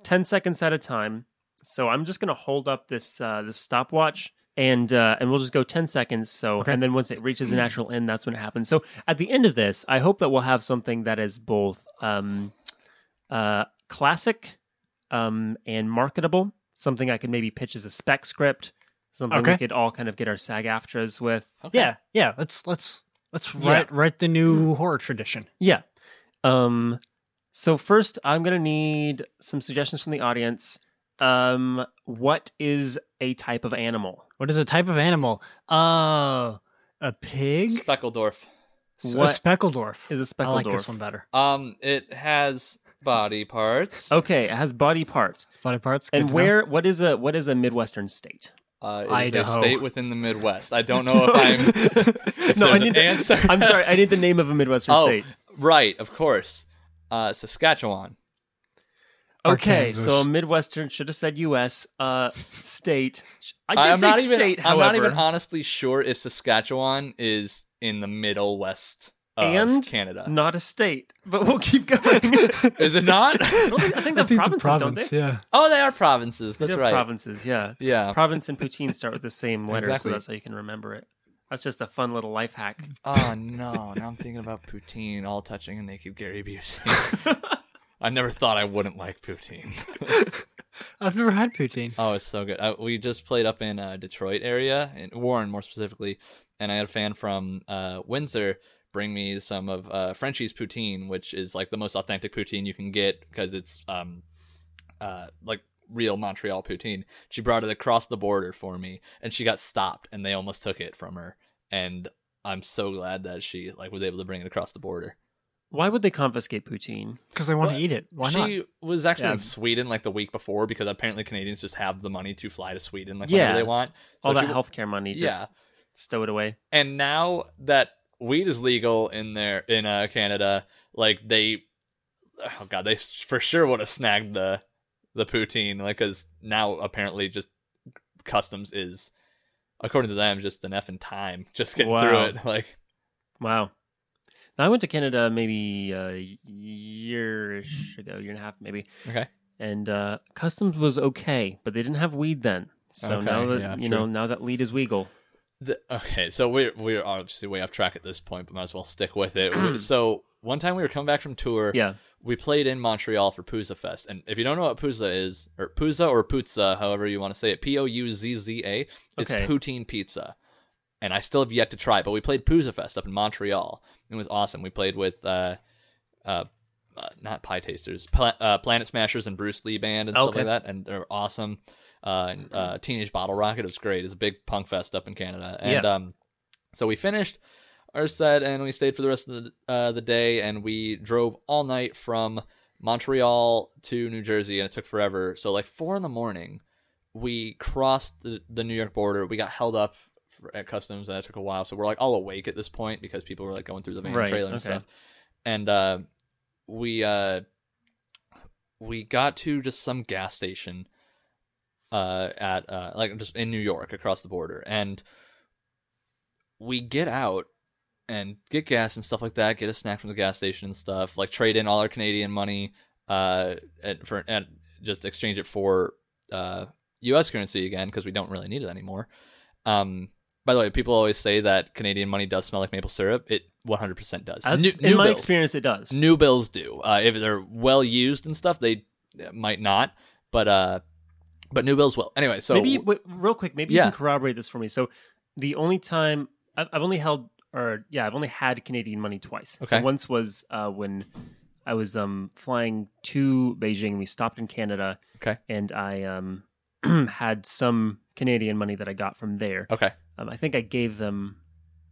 S1: ten seconds at a time. So I'm just gonna hold up this uh, this stopwatch. And uh, and we'll just go ten seconds. So
S3: Okay.
S1: and then once it reaches a natural end, that's when it happens. So at the end of this, I hope that we'll have something that is both um, uh, classic um, and marketable. Something I could maybe pitch as a spec script. Something we
S3: Okay.
S1: could all kind of get our SAG-AFTRAs with.
S2: Okay.
S3: Yeah, yeah. Let's let's let's
S1: Yeah.
S3: write write the new horror tradition.
S1: Yeah. Um so first I'm going to need some suggestions from the audience. Um what is a type of animal?
S3: What is a type of animal? Uh, a pig.
S2: Speckledorf.
S3: S-
S1: What
S3: a speckledorf.
S1: Is a
S3: I
S1: speckled
S3: like this one better.
S2: Um, it has body parts.
S1: Okay, it has body parts.
S3: It's body parts. good
S1: and
S3: to know.
S1: where what is a what is a midwestern state?
S2: Uh, it is
S3: Idaho.
S2: a state within the Midwest. I don't know if I'm. If
S1: no, I
S2: there's
S1: need
S2: an
S1: the,
S2: answer.
S1: I'm sorry, I need the name of a midwestern
S2: oh,
S1: state.
S2: right, of course. Uh, Saskatchewan.
S1: Okay,
S3: Arkansas.
S1: so a midwestern should have said U.S. Uh, state. I did
S2: I'm
S1: say
S2: not even.
S1: state,
S2: I'm
S1: however.
S2: not even honestly sure if Saskatchewan is in the middle west of
S1: And
S2: Canada.
S1: not a state, but we'll keep going. I don't
S2: Is it not?
S1: think, I think the provinces, don't they?
S3: Yeah.
S2: oh, they are provinces.
S1: They
S2: That's
S1: have
S2: right.
S1: Provinces, yeah.
S2: Yeah.
S1: Province and poutine start with the same letter,
S2: Exactly.
S1: so that's how you can remember it. That's just a fun little life hack.
S2: oh no! Now I'm thinking about poutine, all touching a naked Gary Busey. I never thought I wouldn't like poutine.
S3: I've never had poutine.
S2: Oh, it's so good. I, we just played up in uh, Detroit area, in Warren more specifically, and I had a fan from uh, Windsor bring me some of uh, Frenchie's poutine, which is like the most authentic poutine you can get because it's um, uh, like real Montreal poutine. She brought it across the border for me, and she got stopped, and they almost took it from her. And I'm so glad that she like was able to bring it across the border.
S1: Why would they confiscate poutine?
S3: because they want to
S2: What?
S3: eat it. Why not?
S2: she was actually in
S1: Yeah.
S2: Sweden like the week before because apparently Canadians just have the money to fly to Sweden like
S1: Yeah.
S2: whenever they want. So
S1: All
S2: she
S1: that
S2: w-
S1: healthcare money, just
S2: Yeah.
S1: stow it away.
S2: and now that weed is legal in there in uh, Canada, like they, oh god, they s- for sure would have snagged the the poutine, like because now apparently just customs is, according to them, just an effing time just getting through
S1: Wow.
S2: it. Like
S1: Wow. Now I went to Canada maybe a year ago, year and a half maybe,
S2: okay,
S1: and uh, customs was okay, but they didn't have weed then. So
S2: Okay,
S1: now that
S2: yeah,
S1: you
S2: true.
S1: know, now that weed is legal.
S2: the, okay, so we're we're obviously way off track at this point, but might as well stick with it. We- so one time we were coming back from tour,
S1: Mm. Yeah.
S2: we played in Montreal for Pooza Fest. And if you don't know what Pooza is, or Pooza or Puzza, however you want to say it, P O U Z Z A, it's
S1: Okay.
S2: poutine pizza. And I still have yet to try it, but we played Pooza Fest up in Montreal. It was awesome. We played with, uh, uh, uh, not Pie Tasters, Pla- uh, Planet Smashers and Bruce Lee Band and
S1: Okay.
S2: stuff like that. And they're awesome. Uh, and, uh, Teenage Bottle Rocket is great. It's a big punk fest up in Canada. And
S1: Yeah.
S2: um, so we finished our set and we stayed for the rest of the, uh, the day and we drove all night from Montreal to New Jersey and it took forever. So like four in the morning, we crossed the, the New York border. We got held up for, at customs and that took a while. So we're like all awake at this point because people were like going through the van
S1: Right,
S2: trailer and
S1: okay.
S2: stuff. And uh, we uh, we got to just some gas station uh, at uh, like just in New York across the border and we get out and get gas and stuff like that. Get a snack from the gas station and stuff. Like trade in all our Canadian money, uh, and for and just exchange it for uh U.S. currency again because we don't really need it anymore. Um, by the way, people always say that Canadian money does smell like maple syrup. It 100% does.
S1: That's,
S2: New-
S1: in
S2: new
S1: my
S2: bills.
S1: experience, it does.
S2: New bills do. Uh, if they're well used and stuff, they uh, might not. But uh, but new bills will. Anyway, so
S1: maybe wait, real quick, maybe
S2: Yeah.
S1: you can corroborate this for me. So, the only time I've, I've only held, or yeah, I've only had Canadian money twice.
S2: Okay.
S1: So once was uh, when I was um, flying to Beijing. We stopped in Canada.
S2: Okay.
S1: And I um, had some Canadian money that I got from there.
S2: okay,
S1: Um, I think I gave them.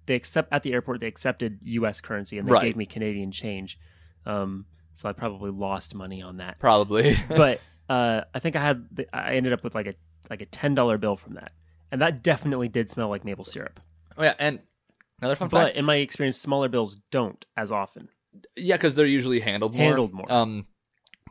S1: They accept at the airport. They accepted U.S. currency and they
S2: Right.
S1: gave me Canadian change. Um, so I probably lost money on that
S2: probably.
S1: but uh, I think I had the, I ended up with like a like a ten dollar bill from that, and that definitely did smell like maple syrup.
S2: oh, yeah, and another fun fact.
S1: But in my experience, smaller bills don't as often.
S2: Yeah, because they're usually handled more.
S1: Handled more.
S2: Um,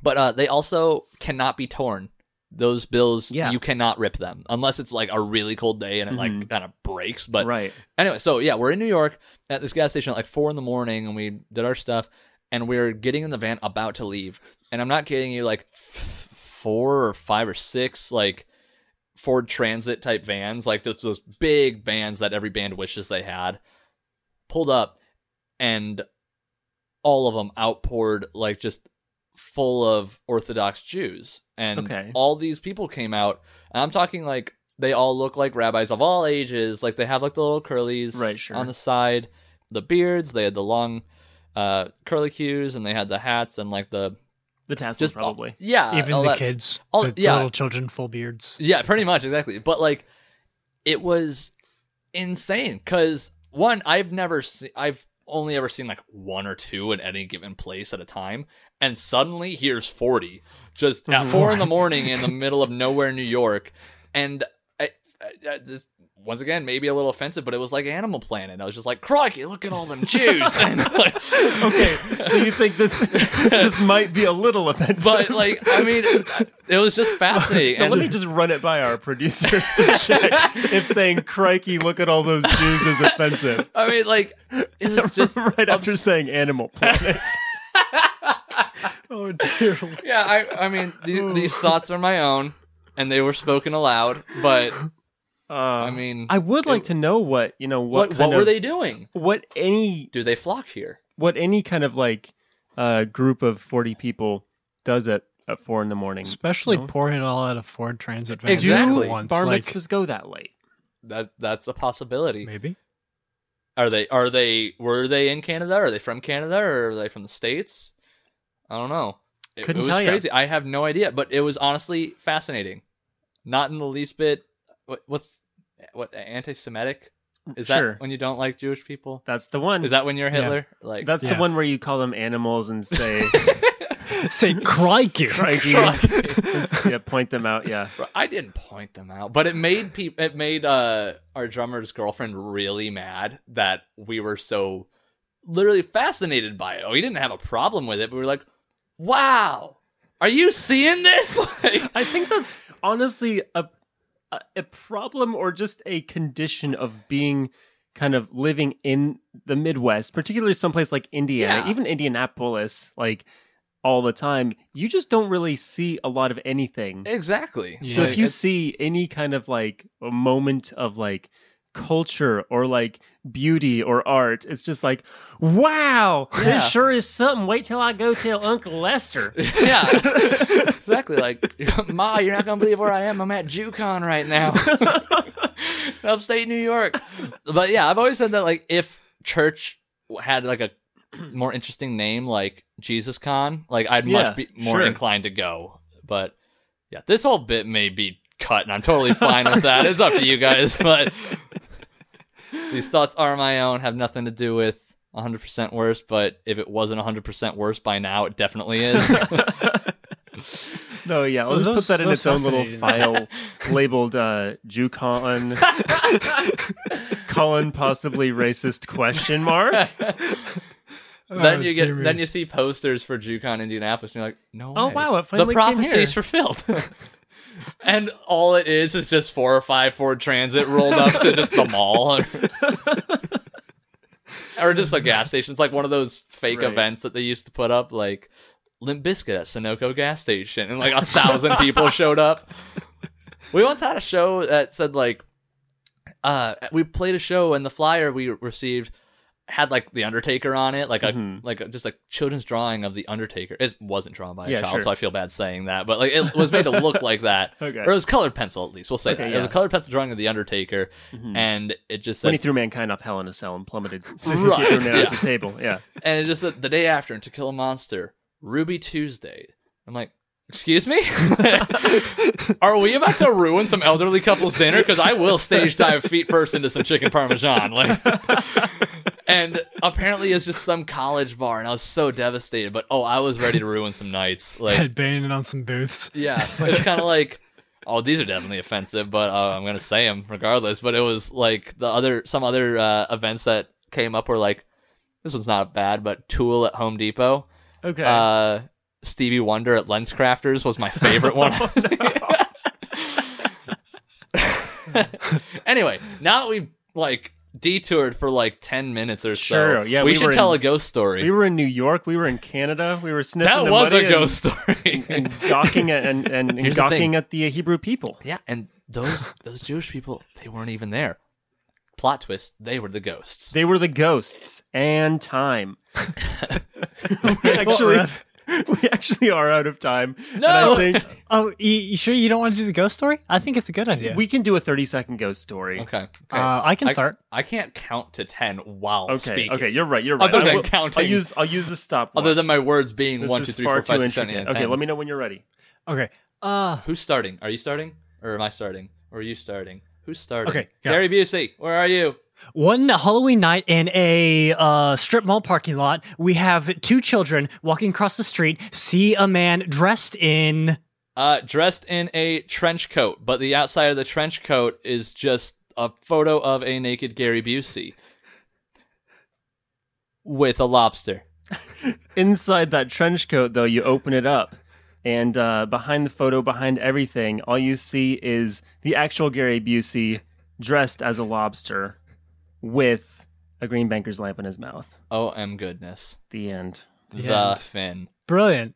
S2: but uh, they also cannot be torn. Those bills,
S1: Yeah.
S2: you cannot rip them unless it's like a really cold day and it like
S1: Mhm.
S2: kind of breaks. But
S1: right,
S2: anyway, so yeah, we're in New York at this gas station at like four in the morning, and we did our stuff, and we are getting in the van about to leave. And I'm not kidding you, like f- four or five or six, like Ford Transit type vans, like those, those big vans that every band wishes they had, pulled up, and all of them outpoured like just full of Orthodox Jews, and
S1: Okay.
S2: all these people came out. And I'm talking like they all look like rabbis of all ages. Like they have like the little curlies
S1: Right, sure.
S2: on the side, the beards. They had the long uh, curlicues, and they had the hats and like the
S1: the tassels
S2: just all-
S1: probably.
S2: yeah,
S3: Even
S2: all
S3: the
S2: that-
S3: kids,
S2: all-
S3: the, the
S2: oh, yeah.
S3: little children, full beards.
S2: Yeah, pretty much exactly. But like, it was insane because one, I've never seen, I've only ever seen like one or two in any given place at a time, and suddenly here's forty just at four in the morning in the middle of nowhere, New York, and I, I, I this, once again maybe a little offensive, but it was like Animal Planet. I was just like, crikey, look at all them Jews. and like,
S1: okay, so you think this this might be a little offensive?
S2: But like, I mean, it was just fascinating.
S1: Now,
S2: and-
S1: let me just run it by our producers to check if saying "crikey, look at all those Jews" is offensive.
S2: I mean, like, it was just
S1: right after saying "Animal Planet."
S3: Oh dear!
S2: Yeah, I, I mean, the, these thoughts are my own, and they were spoken aloud. But I mean,
S1: Uh, I would like to know what you know what
S2: what what,
S1: kind
S2: were
S1: of-
S2: they doing?
S1: what any
S2: Do they flock here?
S1: what any kind of like uh, group of 40 people does at, at four in the morning.
S3: Especially
S1: No.
S3: pouring it all out of Ford Transit vans
S2: Exactly.
S3: at once,
S1: Bar
S3: like
S1: mitzvahs go that late.
S2: That that's a possibility.
S3: maybe.
S2: Are they are they were they in Canada? Are they from Canada? Or are they from the states? I don't know. It,
S1: Couldn't
S2: it was
S1: tell ya.
S2: crazy. I have no idea. But it was honestly fascinating. Not in the least bit. What, what's what anti-Semitic? Is
S1: Sure.
S2: that when you don't like Jewish people?
S1: That's the one.
S2: Is that when you're Hitler? Like
S1: That's
S3: Yeah.
S1: the one where you call them animals and say,
S3: Say crikey.
S1: crikey. yeah, point them out. Yeah.
S2: Bro, I didn't point them out, but it made people. It made uh, our drummer's girlfriend really mad that we were so literally fascinated by it. Oh, we didn't have a problem with it, but we were like, "Wow, are you seeing this?" like,
S1: I think that's honestly a a- a problem or just a condition of being kind of living in the Midwest, particularly someplace like Indiana,
S2: Yeah.
S1: even Indianapolis, like all the time. You just don't really see a lot of anything.
S2: exactly.
S3: Yeah.
S1: so if you
S2: It's-
S1: see any kind of like a moment of like culture or like beauty or art, it's just like, wow,
S2: Yeah.
S1: this sure is something. Wait till I go tell Uncle Lester.
S2: yeah, exactly. Like, Ma, you're not gonna believe where I am. I'm at JUCon right now, upstate New York. But yeah, I've always said that like if church had like a more interesting name, like Jesus Con, like I'd
S1: Yeah,
S2: much be more
S1: sure.
S2: inclined to go. But yeah, this whole bit may be cut, and I'm totally fine with that. It's up to you guys, but these thoughts are my own, have nothing to do with 100% worse, but if it wasn't 100% worse by now, it definitely is.
S1: No, yeah, I'll
S3: Well,
S1: just put
S3: those-
S1: that in
S3: those
S1: its own little
S3: fascinating.
S1: file labeled uh, "Jucon colon possibly racist question mark."
S2: then
S3: Oh,
S2: you get
S3: dear
S2: then
S3: me.
S2: you see posters for JUCon Indianapolis, and you're like, no.
S1: Oh,
S2: way.
S1: wow, it
S2: the
S1: finally came
S2: prophecy is
S1: here.
S2: fulfilled. and all it is is just four or five Ford Transit rolled up to just the mall, or just a gas station. It's like one of those fake
S1: Right.
S2: events that they used to put up, like Limp Bizkit at Sunoco gas station, and like a thousand people showed up. We once had a show that said like, uh, we played a show and the flyer we received had like the Undertaker on it, like a
S1: Mhm.
S2: like a, just a children's drawing of the Undertaker. It wasn't drawn by a
S1: Yeah,
S2: child,
S1: sure.
S2: so I feel bad saying that, but like it was made to look like that,
S1: Okay.
S2: or it was colored pencil at least. We'll say
S1: Okay,
S2: that it
S1: yeah.
S2: was a colored pencil drawing of the Undertaker,
S1: Mhm.
S2: and it just
S1: when
S2: said
S1: he threw mankind off hell in a cell and plummeted, he threw
S2: Right,
S1: man
S2: yeah.
S1: off the table. Yeah,
S2: and it just said the day after in To Kill a Monster, Ruby Tuesday. I'm like, excuse me, are we about to ruin some elderly couple's dinner? Because I will stage dive feet first into some chicken parmesan, like. And apparently it's just some college bar, and I was so devastated. But oh, I was ready to ruin some nights. Like
S3: Headbanging on some booths.
S2: Yeah, it's kind of like, oh, these are definitely offensive, but uh, I'm gonna say them regardless. But it was like the other some other uh, events that came up were like, this one's not bad, but Tool at Home Depot,
S1: okay.
S2: uh, Stevie Wonder at Lens Crafters was my favorite one. anyway, now that we've like detoured for like ten minutes or so,
S1: Sure, yeah,
S2: we,
S1: we
S2: should
S1: were
S2: tell
S1: in-
S2: a ghost story.
S1: we were in New York. We were in Canada. We were sniffing.
S2: that
S1: the
S2: was
S1: money
S2: a ghost story.
S1: And, and gawking at, and, and, and
S2: Here's the thing.
S1: gawking at the Hebrew people.
S2: Yeah, and those those Jewish people, they weren't even there. Plot twist, they were the ghosts.
S1: They were the ghosts and time. we actually, we actually are out of time.
S2: No!
S1: and I think
S3: Oh, you, you sure you don't want to do the ghost story? I think it's a good idea.
S1: we can do a thirty-second ghost story.
S2: okay. okay.
S3: uh, I can start.
S2: I can't count to 10 while
S1: Okay.
S2: speaking.
S1: Okay. You're right. You're right.
S2: Other
S1: I
S2: than
S1: will-
S2: counting.
S1: I'll use I'll use the stopwatch.
S2: Other than my words being
S1: This
S2: one,
S1: is
S2: two, three,
S1: far
S2: four, five,
S1: too
S2: six, seven, eight,
S1: intricate.
S2: and
S1: Okay.
S2: 10.
S1: Let me know when you're ready.
S3: Okay. Uh,
S2: Who's starting? Are you starting? Or am I starting? Or are you starting? Who's starting?
S3: Okay, go.
S2: Gary Busey, where are you?
S3: One Halloween night in a uh, strip mall parking lot, we have two children walking across the street, see a man dressed in.
S2: Uh, dressed in a trench coat, but the outside of the trench coat is just a photo of a naked Gary Busey with a lobster.
S1: Inside that trench coat, though, you open it up, and uh, behind the photo, behind everything, all you see is the actual Gary Busey dressed as a lobster with a green banker's lamp in his mouth.
S2: Oh, m goodness.
S1: The end.
S2: the fin.
S3: Brilliant.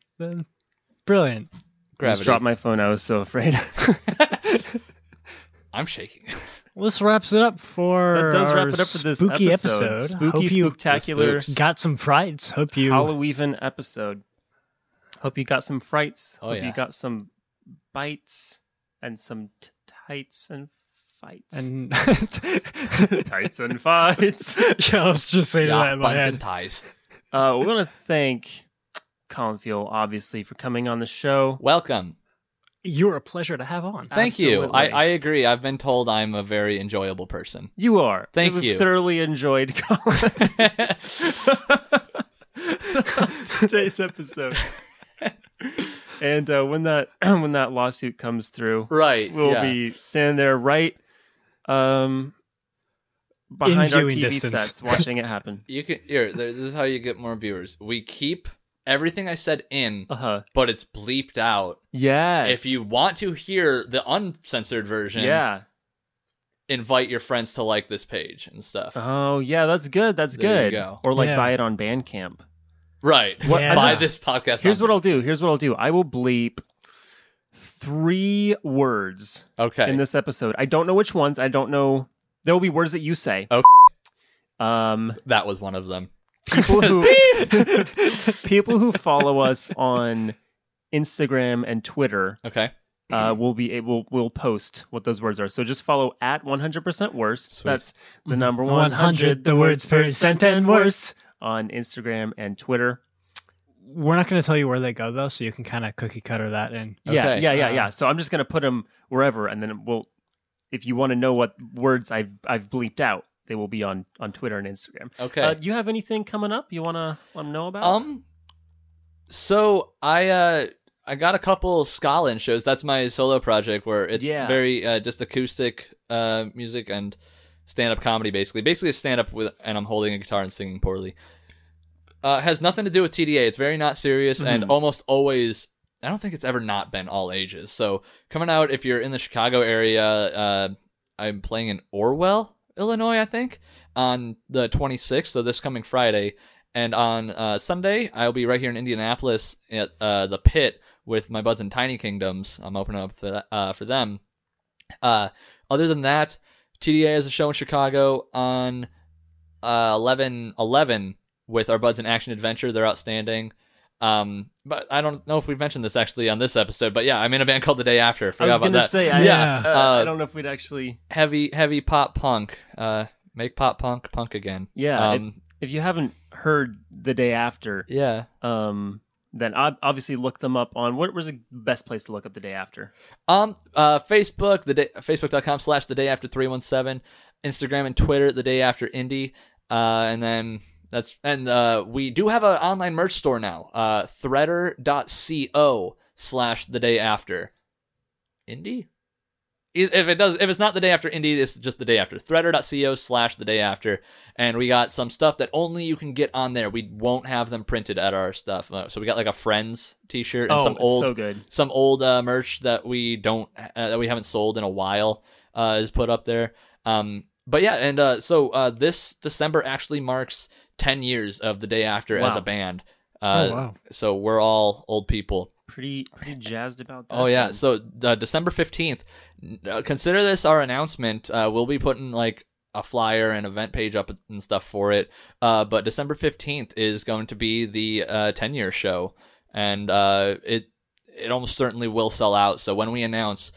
S3: Brilliant.
S1: Just
S2: Gravity.
S1: dropped my phone. I was so afraid.
S2: I'm shaking.
S3: Well, this wraps it up for
S1: that does
S3: our
S1: wrap it up for this
S3: spooky
S1: episode.
S3: episode.
S1: Spooky,
S3: Hope you
S1: spectacular,
S2: The spooks.
S3: got some frights. Hope you.
S1: Halloween episode. Hope you got some frights.
S2: Oh,
S1: Hope
S2: yeah.
S1: you got some bites and some t- tights and fights.
S3: and
S1: tights and fights.
S3: yeah, I was just saying that
S2: Yeah,
S3: in my
S2: buns
S3: head.
S2: and ties.
S1: Uh, we want to thank Colin Fuel, obviously, for coming on the show.
S2: Welcome.
S3: you're a pleasure to have on.
S2: Thank you. I,
S1: Absolutely.
S2: I agree. I've been told I'm a very enjoyable person.
S1: You are.
S2: Thank
S1: We've
S2: you.
S1: Thoroughly enjoyed Colin. today's episode. and uh, when that when that lawsuit comes through,
S2: right.
S1: we'll
S2: yeah.
S1: be standing there right um behind our
S3: viewing
S1: TV
S3: distance.
S1: sets watching it happen.
S2: You can here. there- This is how you get more viewers. We keep everything I said in,
S1: Uh huh.
S2: but it's bleeped out.
S1: Yes.
S2: If you want to hear the uncensored version,
S1: Yeah.
S2: invite your friends to like this page and stuff.
S1: Oh yeah, that's good. That's
S2: There you
S1: good.
S2: go.
S1: Or like
S3: Yeah.
S1: buy it on Bandcamp.
S2: Right.
S1: What-
S3: Yeah.
S2: Buy
S3: just-
S2: this podcast.
S1: Here's what
S2: on-
S1: I'll do. Here's what I'll do. I will bleep three words
S2: Okay.
S1: in this episode. I don't know which ones. I don't know. There will be words that you say.
S2: Oh,
S1: Um,
S2: that was one of them.
S1: people who people who follow us on Instagram and Twitter
S2: Okay.
S1: uh,
S2: Mm-hmm.
S1: will be able will post what those words are. So just follow at one hundred percent worse.
S2: Sweet. Mm-hmm.
S1: That's the number one
S3: 100, the words per cent and worse.
S1: on Instagram and Twitter.
S3: We're not going to tell you where they go, though, so you can kind of cookie cutter that in.
S1: Yeah,
S2: Okay, uh-huh.
S1: yeah, yeah,
S3: uh,
S1: yeah. So I'm just gonna put them wherever, and then we'll. If you want to know what words I've I've bleeped out, they will be on on Twitter and Instagram.
S2: Okay.
S1: Uh, do you have anything coming up you wanna wanna know about?
S2: Um. So I uh I got a couple Scotland shows. That's my solo project where it's
S1: Yeah.
S2: very uh, just acoustic uh music and stand up comedy basically. Basically it's stand up with and I'm holding a guitar and singing poorly. Uh, has nothing to do with TDA. It's very not serious and
S1: Mhm.
S2: almost always. I don't think it's ever not been all ages. So coming out if you're in the Chicago area, uh, I'm playing in Orwell, Illinois, I think, on the 26th. So this coming Friday, and on uh, Sunday, I'll be right here in Indianapolis at uh, the Pit with my buds and Tiny Kingdoms. I'm opening up for that, uh, for them. Uh, other than that, TDA has a show in Chicago on uh, 11 11 with our buds in Action Adventure. They're outstanding. Um, but I don't know if we mentioned this actually on this episode, but yeah, I'm in a band called The Day After.
S1: I was
S2: Forgot about
S1: gonna
S2: that.
S1: say, I,
S3: Yeah,
S1: uh,
S2: uh,
S1: I don't know if we'd actually.
S2: heavy, heavy pop punk. Uh, make pop punk punk again.
S1: Yeah, if,
S2: Um,
S1: if you haven't heard the day after,
S2: yeah.
S1: um, then ob- obviously look them up on what was the best place to look up the day after.
S2: Um, uh, Facebook, the day, facebook.com slash the day after 317, Instagram and Twitter, the day after indie. Uh, and then that's, and, uh, we do have an online merch store now, uh, threader.co slash the day after indie. I- If it does, if it's not the day after indie, it's just the day after threader.co slash the day after. And we got some stuff that only you can get on there. We won't have them printed at our stuff. Uh, so we got like a friends t-shirt and
S1: oh,
S2: some
S1: it's
S2: old
S1: so good.
S2: some old uh, merch that we don't uh, that we haven't sold in a while uh, is put up there. Um, but yeah, and uh, so uh, this December actually marks ten years of the day after as
S1: Wow.
S2: a band. Uh,
S3: oh, wow.
S2: So we're all old people.
S1: Pretty pretty jazzed about that.
S2: Oh yeah,
S1: then.
S2: so uh, December fifteenth. uh, Consider this our announcement. Uh, we'll be putting like a flyer and event page up and stuff for it. Uh, but December fifteenth is going to be the uh, ten year show, and uh, it it almost certainly will sell out. So when we announce,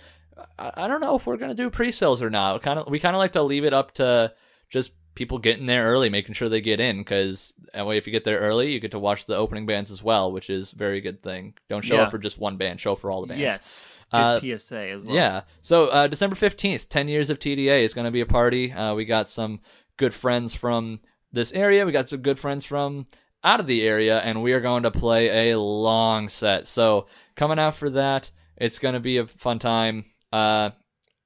S2: I, I don't know if we're gonna do pre sales or not. Kind of, we kind of like to leave it up to just people getting there early, making sure they get in, because that way if you get there early, you get to watch the opening bands as well, which is a very good thing. Don't show
S1: Yeah.
S2: up for just one band, show up for all the bands.
S1: yes, good
S2: Uh,
S1: PSA as well.
S2: Yeah. So uh, December 15th, 10 years of TDA is going to be a party. Uh, we got some good friends from this area. We got some good friends from out of the area, and we are going to play a long set. So coming out for that, it's going to be a fun time. Uh,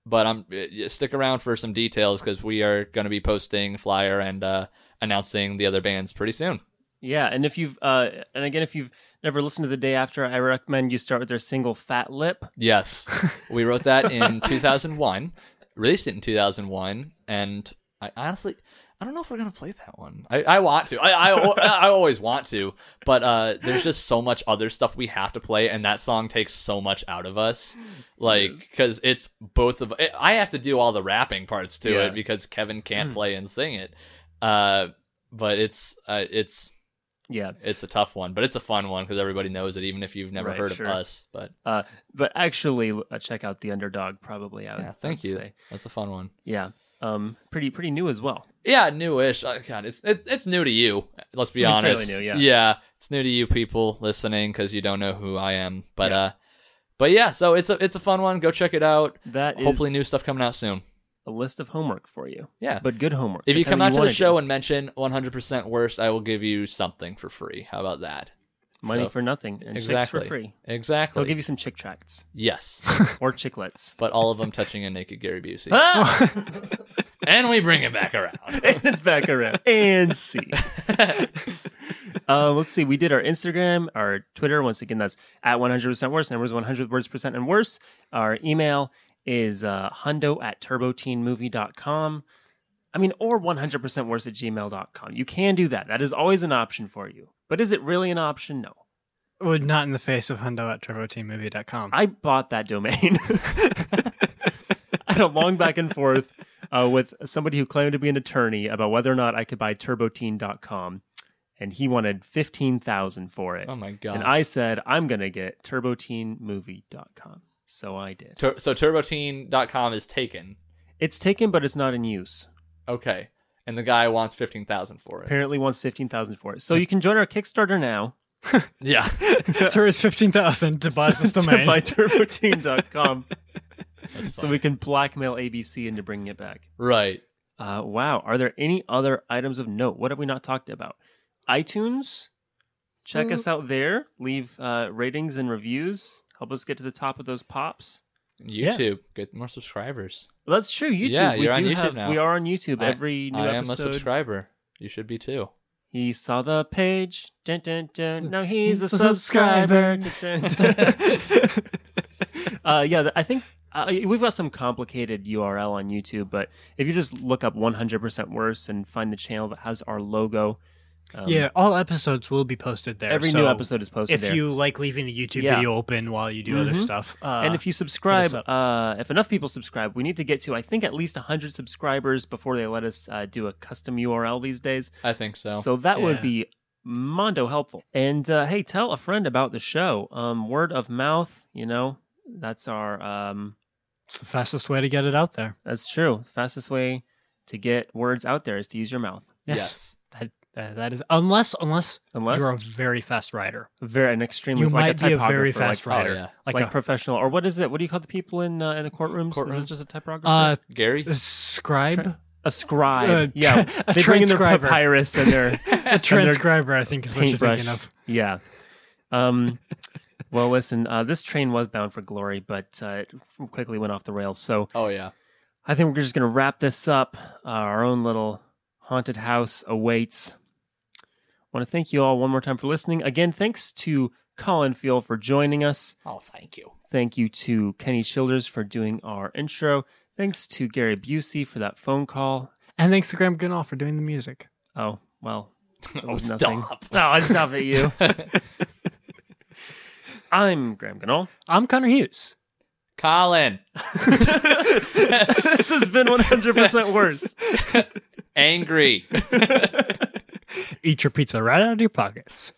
S2: but I'm uh, stick around for some details because we are going to be posting flyer and uh, announcing the other bands pretty soon.
S1: Yeah, and if you've uh, and again, if you've never listened to the day after, I recommend you start with their single "Fat Lip."
S2: Yes. we wrote that in 2001, released it in 2001, and I honestly I don't know if we're going to play that one. I, I want to. I, I, al- I always want to, but uh, there's just so much other stuff we have to play, and that song takes so much out of us. Like, because it's both of I- I have to do all the rapping parts to
S1: Yeah.
S2: it because Kevin can't
S1: Mm.
S2: play and sing it. Uh, but it's uh, it's
S1: Yeah,
S2: it's a tough one, but it's a fun one because everybody knows it, even if you've never
S1: Right,
S2: heard
S1: sure.
S2: of us. But
S1: uh, but actually, uh, check out the underdog. Probably, I would,
S2: yeah,
S1: I
S2: thank
S1: would
S2: you.
S1: Say.
S2: That's a fun one.
S1: Yeah, um, pretty pretty new as well.
S2: Yeah, newish. Oh, God, it's it, it's new to you. Let's be
S1: I mean, fairly
S2: honest.
S1: new, yeah.
S2: it's new to you people listening because you don't know who I am. But
S1: Yeah.
S2: uh, But yeah, so it's a it's a fun one. Go check it out.
S1: That is
S2: Hopefully, new stuff coming out soon.
S1: a list of homework for you.
S2: Yeah.
S1: But good homework.
S2: If you come
S1: kind of
S2: out to
S1: wanna
S2: the
S1: do.
S2: show and mention 100% worst, I will give you something for free. How about that?
S1: money
S2: so-
S1: for nothing and chicks for
S2: exactly.
S1: free.
S2: Exactly.
S1: They'll give you some chick tracts
S2: yes,
S1: or chiclets.
S2: but all of them touching a naked Gary Busey. and we bring it back around.
S1: and Ah! it's back around and see. uh, let's see. We did our Instagram, our Twitter. Once again, that's at 100% worse. Numbers 100 words percent and worse. Our email is uh, hundo at turboteenmovie.com. I mean, or 100% worse at gmail.com. You can do that. That is always an option for you. But is it really an option? No.
S3: Well, not in the face of Hundo at TurboTeamMovie.com.
S1: I bought that domain. I had a long back and forth uh, with somebody who claimed to be an attorney about whether or not I could buy turboteen.com and he wanted 15,000 for it.
S2: Oh my god.
S1: and I said I'm going to get turboteenmovie.com. So I did.
S2: Tur- so turbotine.com is taken.
S1: It's taken but it's not in use.
S2: Okay. And the guy wants 15,000 for it.
S1: Apparently wants 15,000 for it. So you can join our Kickstarter now.
S2: Yeah.
S3: Tur is 15000 to buy this domain.
S1: to buy turboteen.com
S2: That's
S1: so we can blackmail ABC into bringing it back.
S2: Right.
S1: Uh, wow. Are there any other items of note? What have we not talked about? iTunes. Check us out there. Leave uh, ratings and reviews. Help us get to the top of those pops.
S2: YouTube. Get more subscribers.
S1: Well, that's true. YouTube.
S2: Yeah,
S1: we
S2: you're on
S1: do
S2: YouTube
S1: have.
S2: now.
S1: We are on YouTube.
S2: I-
S1: Every new
S2: I am a
S1: episode.
S2: subscriber. You should be too.
S1: he saw the page. Dun, dun, dun. Now he's, a subscriber. Dun, dun, dun. uh, yeah, th- I think uh, we've got some complicated URL on YouTube, but if you just look up 100% worse and find the channel that has our logo. um,
S3: yeah, all episodes will be posted there.
S1: Every
S3: so
S1: new episode is posted
S3: If
S1: there.
S3: you like leaving a YouTube
S1: Yeah.
S3: video open while you do other
S1: Mhm.
S3: stuff, uh,
S1: and if you subscribe,
S3: up.
S1: uh, if enough people subscribe, we need to get to I think at least 100 subscribers before they let us uh, do a custom URL these days.
S2: I think so. Oh,
S1: So that
S3: Yeah.
S1: would be mondo helpful. And uh, hey, tell a friend about the show. Um, word of mouth, you know, that's our um,
S3: it's the fastest way to get it out there.
S1: that's true. Fastest way to get words out there is to use your mouth.
S3: Yes, that that- that is unless unless
S1: Unless
S3: you're a very fast writer,
S1: very an extremely
S3: you
S1: like
S3: might be a
S1: typographer,
S3: very
S1: like-
S3: fast
S2: Oh,
S3: writer,
S2: yeah.
S1: Like,
S3: like, a
S1: professional, or what is it? What do you call the people in uh, in the courtrooms? Is
S2: Courtrooms?
S1: it just a typographer?
S3: uh,
S2: Gary.
S3: a scribe,
S1: A scribe.
S3: Uh,
S1: yeah.
S3: a
S1: they bring in their
S3: transcriber.
S1: papyrus and their
S3: a transcriber. I think is what you're
S1: paintbrush.
S3: thinking of.
S1: Yeah. Um, well, listen, uh, this train was bound for glory, but uh, it quickly went off the rails. So
S2: Oh yeah.
S1: I think we're just going to wrap this up. Uh, our own little haunted house awaits. want to thank you all one more time for listening. Again, thanks to Colin Field for joining us.
S2: Oh, thank you.
S1: Thank you to Kenny Childers for doing our intro. Thanks to Gary Busey for that phone call.
S3: And thanks to Graham Goodall for doing the music.
S1: Oh, well, it was
S2: oh,
S1: nothing.
S2: stop.
S1: No, I stop at you. I'm Graham Ganol.
S3: I'm Connor Hughes.
S2: Colin.
S1: This has been 100% worse.
S2: Angry.
S3: Eat your pizza right out of your pockets.